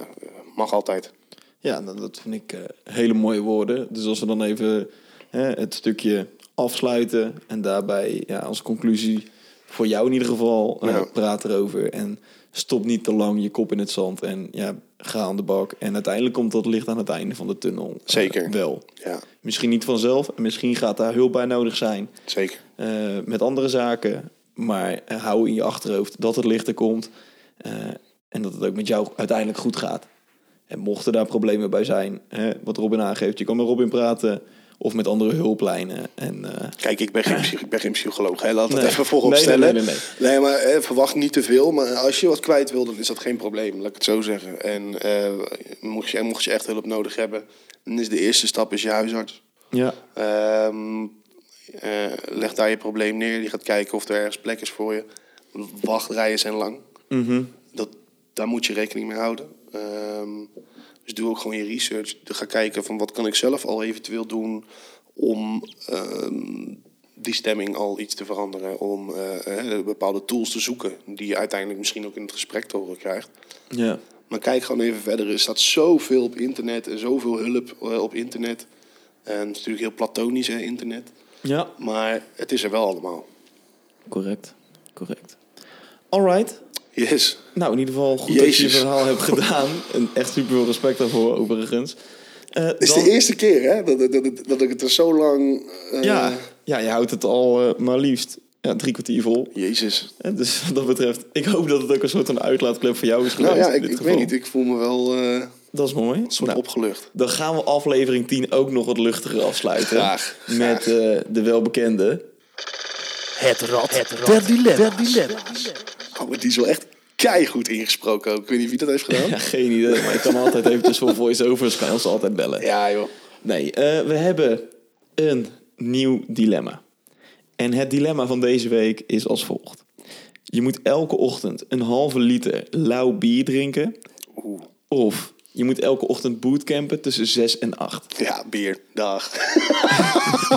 mag altijd. Ja, nou, dat vind ik eh, hele mooie woorden. Dus als we dan even hè, het stukje afsluiten en daarbij ja, als conclusie voor jou in ieder geval eh, Ja. praat erover en stop niet te lang je kop in het zand en ja, ga aan de bak. En uiteindelijk komt dat licht aan het einde van de tunnel. eh, Zeker. wel. Ja, Misschien niet vanzelf en misschien gaat daar hulp bij nodig zijn zeker. eh, met andere zaken. Maar eh, hou in je achterhoofd dat het lichter komt. eh, en dat het ook met jou uiteindelijk goed gaat. En mochten daar problemen bij zijn, hè, wat Robin aangeeft, je kan met Robin praten of met andere hulplijnen. En, eh, Kijk, ik ben geen, psych- ik ben geen psycholoog. Hè? Laat dat Nee. even voorop Nee, nee, stellen. nee, nee, Nee, maar eh, verwacht niet te veel. Maar als je wat kwijt wil, dan is dat geen probleem. Laat ik het zo zeggen. En eh, mocht, je, mocht je echt hulp nodig hebben, dan is de eerste stap is je huisarts. ja, Ehm, eh, leg daar je probleem neer. Die gaat kijken of er ergens plek is voor je. Wachtrijen zijn lang. Dat, daar moet je rekening mee houden. Ehm, dus doe ook gewoon je research. Ga kijken van wat kan ik zelf al eventueel doen om ehm, die stemming al iets te veranderen. Om eh, eh, bepaalde tools te zoeken die je uiteindelijk misschien ook in het gesprek te horen krijgt. ja, Maar kijk gewoon even verder. Er staat zoveel op internet en zoveel hulp eh, op internet. En het is natuurlijk heel platonisch, hè, internet. ja, Maar het is er wel allemaal. correct, correct. Alright. Yes. Nou, in ieder geval goed dat je je Jezus. verhaal hebt gedaan. En echt super veel respect daarvoor, overigens. Eh, Het is dan- de eerste keer hè, dat, dat, dat, dat ik het er zo lang... eh, Ja, ja, je houdt het al eh, maar liefst ja, drie kwartier vol. Jezus. En dus wat dat betreft, ik hoop dat het ook een soort van uitlaatklep voor jou is geweest. Nou ja, in ik, dit ik geval. weet niet. Ik voel me wel eh, Dat is mooi. een soort Nou, opgelucht. dan gaan we aflevering 10 ook nog wat luchtiger afsluiten. Graag, graag. Met eh, de welbekende. Het rad, het rad der dilemma's. Oh, maar die is wel echt keigoed ingesproken ook. Ik weet niet wie dat heeft Ja, gedaan. geen idee, maar ik kan altijd eventjes voor voice-overs kan je ons altijd bellen. ja, joh. Nee, eh, we hebben een nieuw dilemma. En het dilemma van deze week is als volgt. Je moet elke ochtend een halve liter lauw bier drinken. Of je moet elke ochtend bootcampen tussen 6 en 8. Ja, bier. Dag.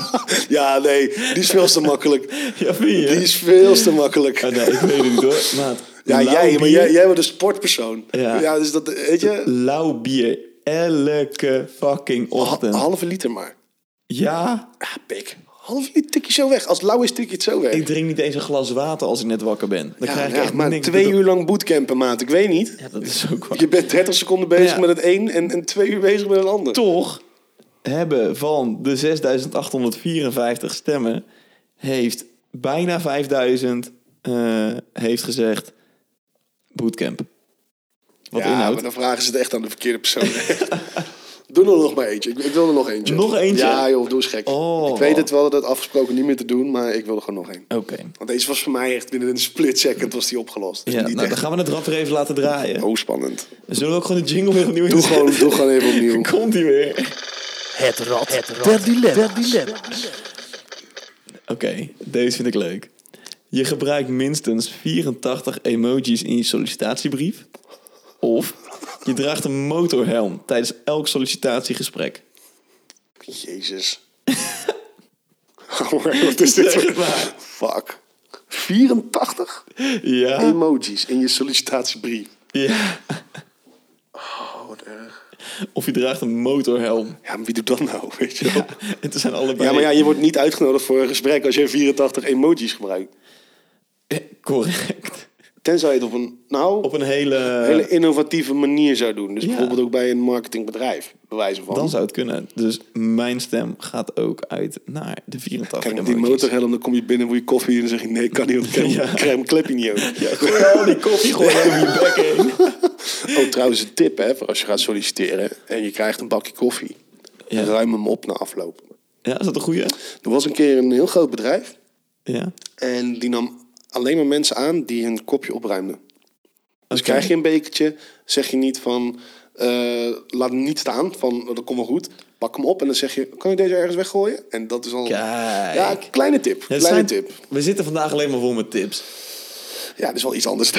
ja, nee. Die is veel te makkelijk. Ja, vind je? Die is veel te makkelijk. Ah, nee, ik weet het niet hoor. Maat, Ja, lauw jij, maar bier- jij, jij bent een sportpersoon. Ja. Ja, dus dat, weet je, Lauw bier. Elke fucking ha- ochtend. halve liter maar. Ja, Ja, pik. Halve liter tik je zo weg. Als lauw is, tik je het zo weg. ik drink niet eens een glas water als ik net wakker ben. Dan ja, krijg ik ja, echt maar niks twee bedo- uur lang bootcampen, maat. Ik weet niet. Ja, dat is ook waar. Je bent 30 seconden bezig Ja. met het een en, en twee uur bezig met het ander. toch hebben van de 6854 stemmen, heeft bijna 5000 eh, heeft gezegd bootcamp. Wat ja, inhoudt. maar dan vragen ze het echt aan de verkeerde persoon. doe er nog maar eentje. Ik, ik wil er nog eentje. Nog eentje? Ja joh, doe eens gek. Oh. Ik weet het wel, dat afgesproken niet meer te doen, maar ik wil er gewoon nog één. Oké. Want deze was voor mij echt binnen een split second was die opgelost. Dus Ja, niet nou, dan echt gaan we het rap weer even laten draaien. oh, spannend. Zullen we ook gewoon de jingle weer opnieuw Doe inzetten? gewoon, doe gewoon even opnieuw. Komt die weer. Het rad, het rad der dilemma's. Oké, deze vind ik leuk. Je gebruikt minstens 84 emojis in je sollicitatiebrief. Of je draagt een motorhelm tijdens elk sollicitatiegesprek. Jezus. Wat is dit? Zeg voor- het maar. Fuck. 84 Ja. emojis in je sollicitatiebrief. Ja. Oh, wat erg. Of je draagt een motorhelm. Ja, maar wie doet dat nou, weet je wel? Ja. Ja. Het zijn allebei. maar ja, je wordt niet uitgenodigd voor een gesprek als je 84 emojis gebruikt. Eh, Correct. Tenzij je het op een, nou, Op een hele. hele innovatieve manier zou doen. Dus Ja. bijvoorbeeld ook bij een marketingbedrijf, bewijzen van. Dan zou het kunnen. Dus mijn stem gaat ook uit naar de 84 Kijk, met die emojis. motorhelm, dan kom je binnen, moet je koffie en dan zeg je... nee, kan niet, want ik krijg mijn- Ja. ik krijg mijn klepje niet open. Gooi al die koffie gewoon over je bek heen. Oh, trouwens, een tip hè, voor als je gaat solliciteren en je krijgt een bakje koffie. Ja. Ruim hem op na afloop. Ja, is dat een goeie? Er was een keer een heel groot bedrijf Ja. en die nam alleen maar mensen aan die hun kopje opruimden. Dus Oké. krijg je een bekertje, zeg je niet van eh, laat hem niet staan, van dat komt wel goed. Pak hem op en dan zeg je, kan je deze ergens weggooien? En dat is al Kijk. ja, kleine tip. Het kleine zijn- tip. We zitten vandaag alleen maar vol met tips. Ja, dat is wel iets anders.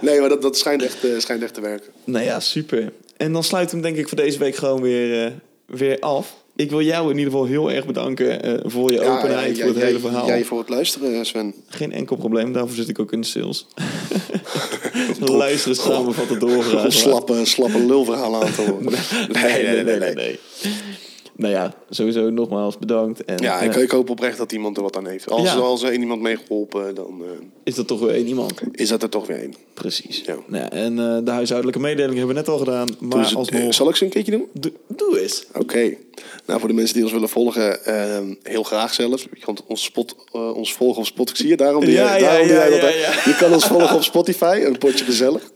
nee, maar dat, dat schijnt, echt, eh, schijnt echt te werken. Nou ja, super. En dan sluit hem denk ik voor deze week gewoon weer, eh, weer af. Ik wil jou in ieder geval heel erg bedanken eh, voor je Ja, openheid, ja, voor het jij- hele verhaal. Jij voor het luisteren, eh, Sven. Geen enkel probleem, daarvoor zit ik ook in de sales. Luisteren, samenvatten, doorgaan. Om slappe, slappe lulverhalen aan te horen. Nee, nee, nee, nee, nee. Nou ja, sowieso nogmaals bedankt. En, Ja, ik, eh, ik hoop oprecht dat iemand er wat aan heeft. Als, Ja. als er één iemand mee geholpen, dan eh, is dat toch weer één iemand? is dat er toch weer één. Precies. Ja. Nou ja, en eh, de huishoudelijke mededeling hebben we net al gedaan. Maar Dus het- eh, alsnog, zal ik ze een keertje doen? doe, doe eens. Oké. Nou, voor de mensen die ons willen volgen, ehm, heel graag zelfs. Je kan ons, spot, eh, ons volgen op Spotify. Zie je, daarom doe Ja, jij, ja, daarom doe ja, jij dat. ja, hè? ja. Je kan ons volgen op Spotify, een potje gezellig.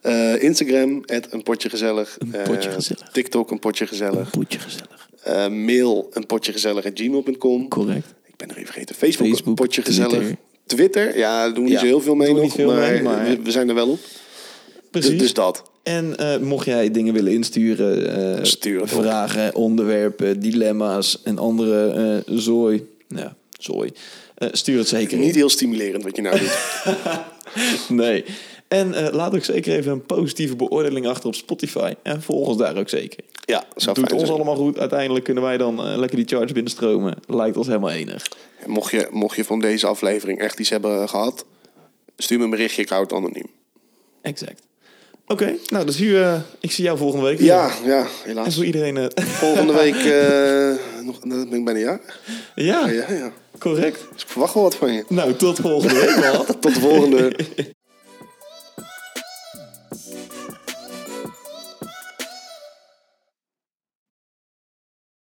Eh, Instagram, een potje gezellig. Een potje gezellig. TikTok, een potje gezellig. Poetje gezellig. Eh, mail, een potje gezellig at gmail.com. Correct. Ik ben er even vergeten. Facebook, Facebook, potje gezellig. Twitter. Twitter. ja, daar doen Ja, we niet zo heel veel mee doen we nog. niet veel maar mee, maar- we, we zijn er wel op. Precies. Dus, dus dat. En eh, mocht jij dingen willen insturen, eh, Stuur het op. vragen, onderwerpen, dilemma's en andere eh, zooi. Nou, zooi. Eh, stuur het zeker Niet in. heel stimulerend wat je nou doet. Nee. En eh, laat ook zeker even een positieve beoordeling achter op Spotify. En volg ons daar ook zeker. ja, zou Doet fijn ons zijn. allemaal goed. Uiteindelijk kunnen wij dan eh, lekker die charge binnenstromen. Lijkt ons helemaal enig. En mocht, je, mocht je van deze aflevering echt iets hebben gehad, stuur me een berichtje. Ik hou het anoniem. Exact. Oké, nou dus hier, eh, ik zie jou volgende week. weer. Ja, ja, En helaas. voor iedereen... eh, Volgende week eh, nog, dan ben ik bijna ja. ja, Ja, ja. correct. Dus ik verwacht wel wat van je. Nou, tot volgende week. man. Tot de volgende.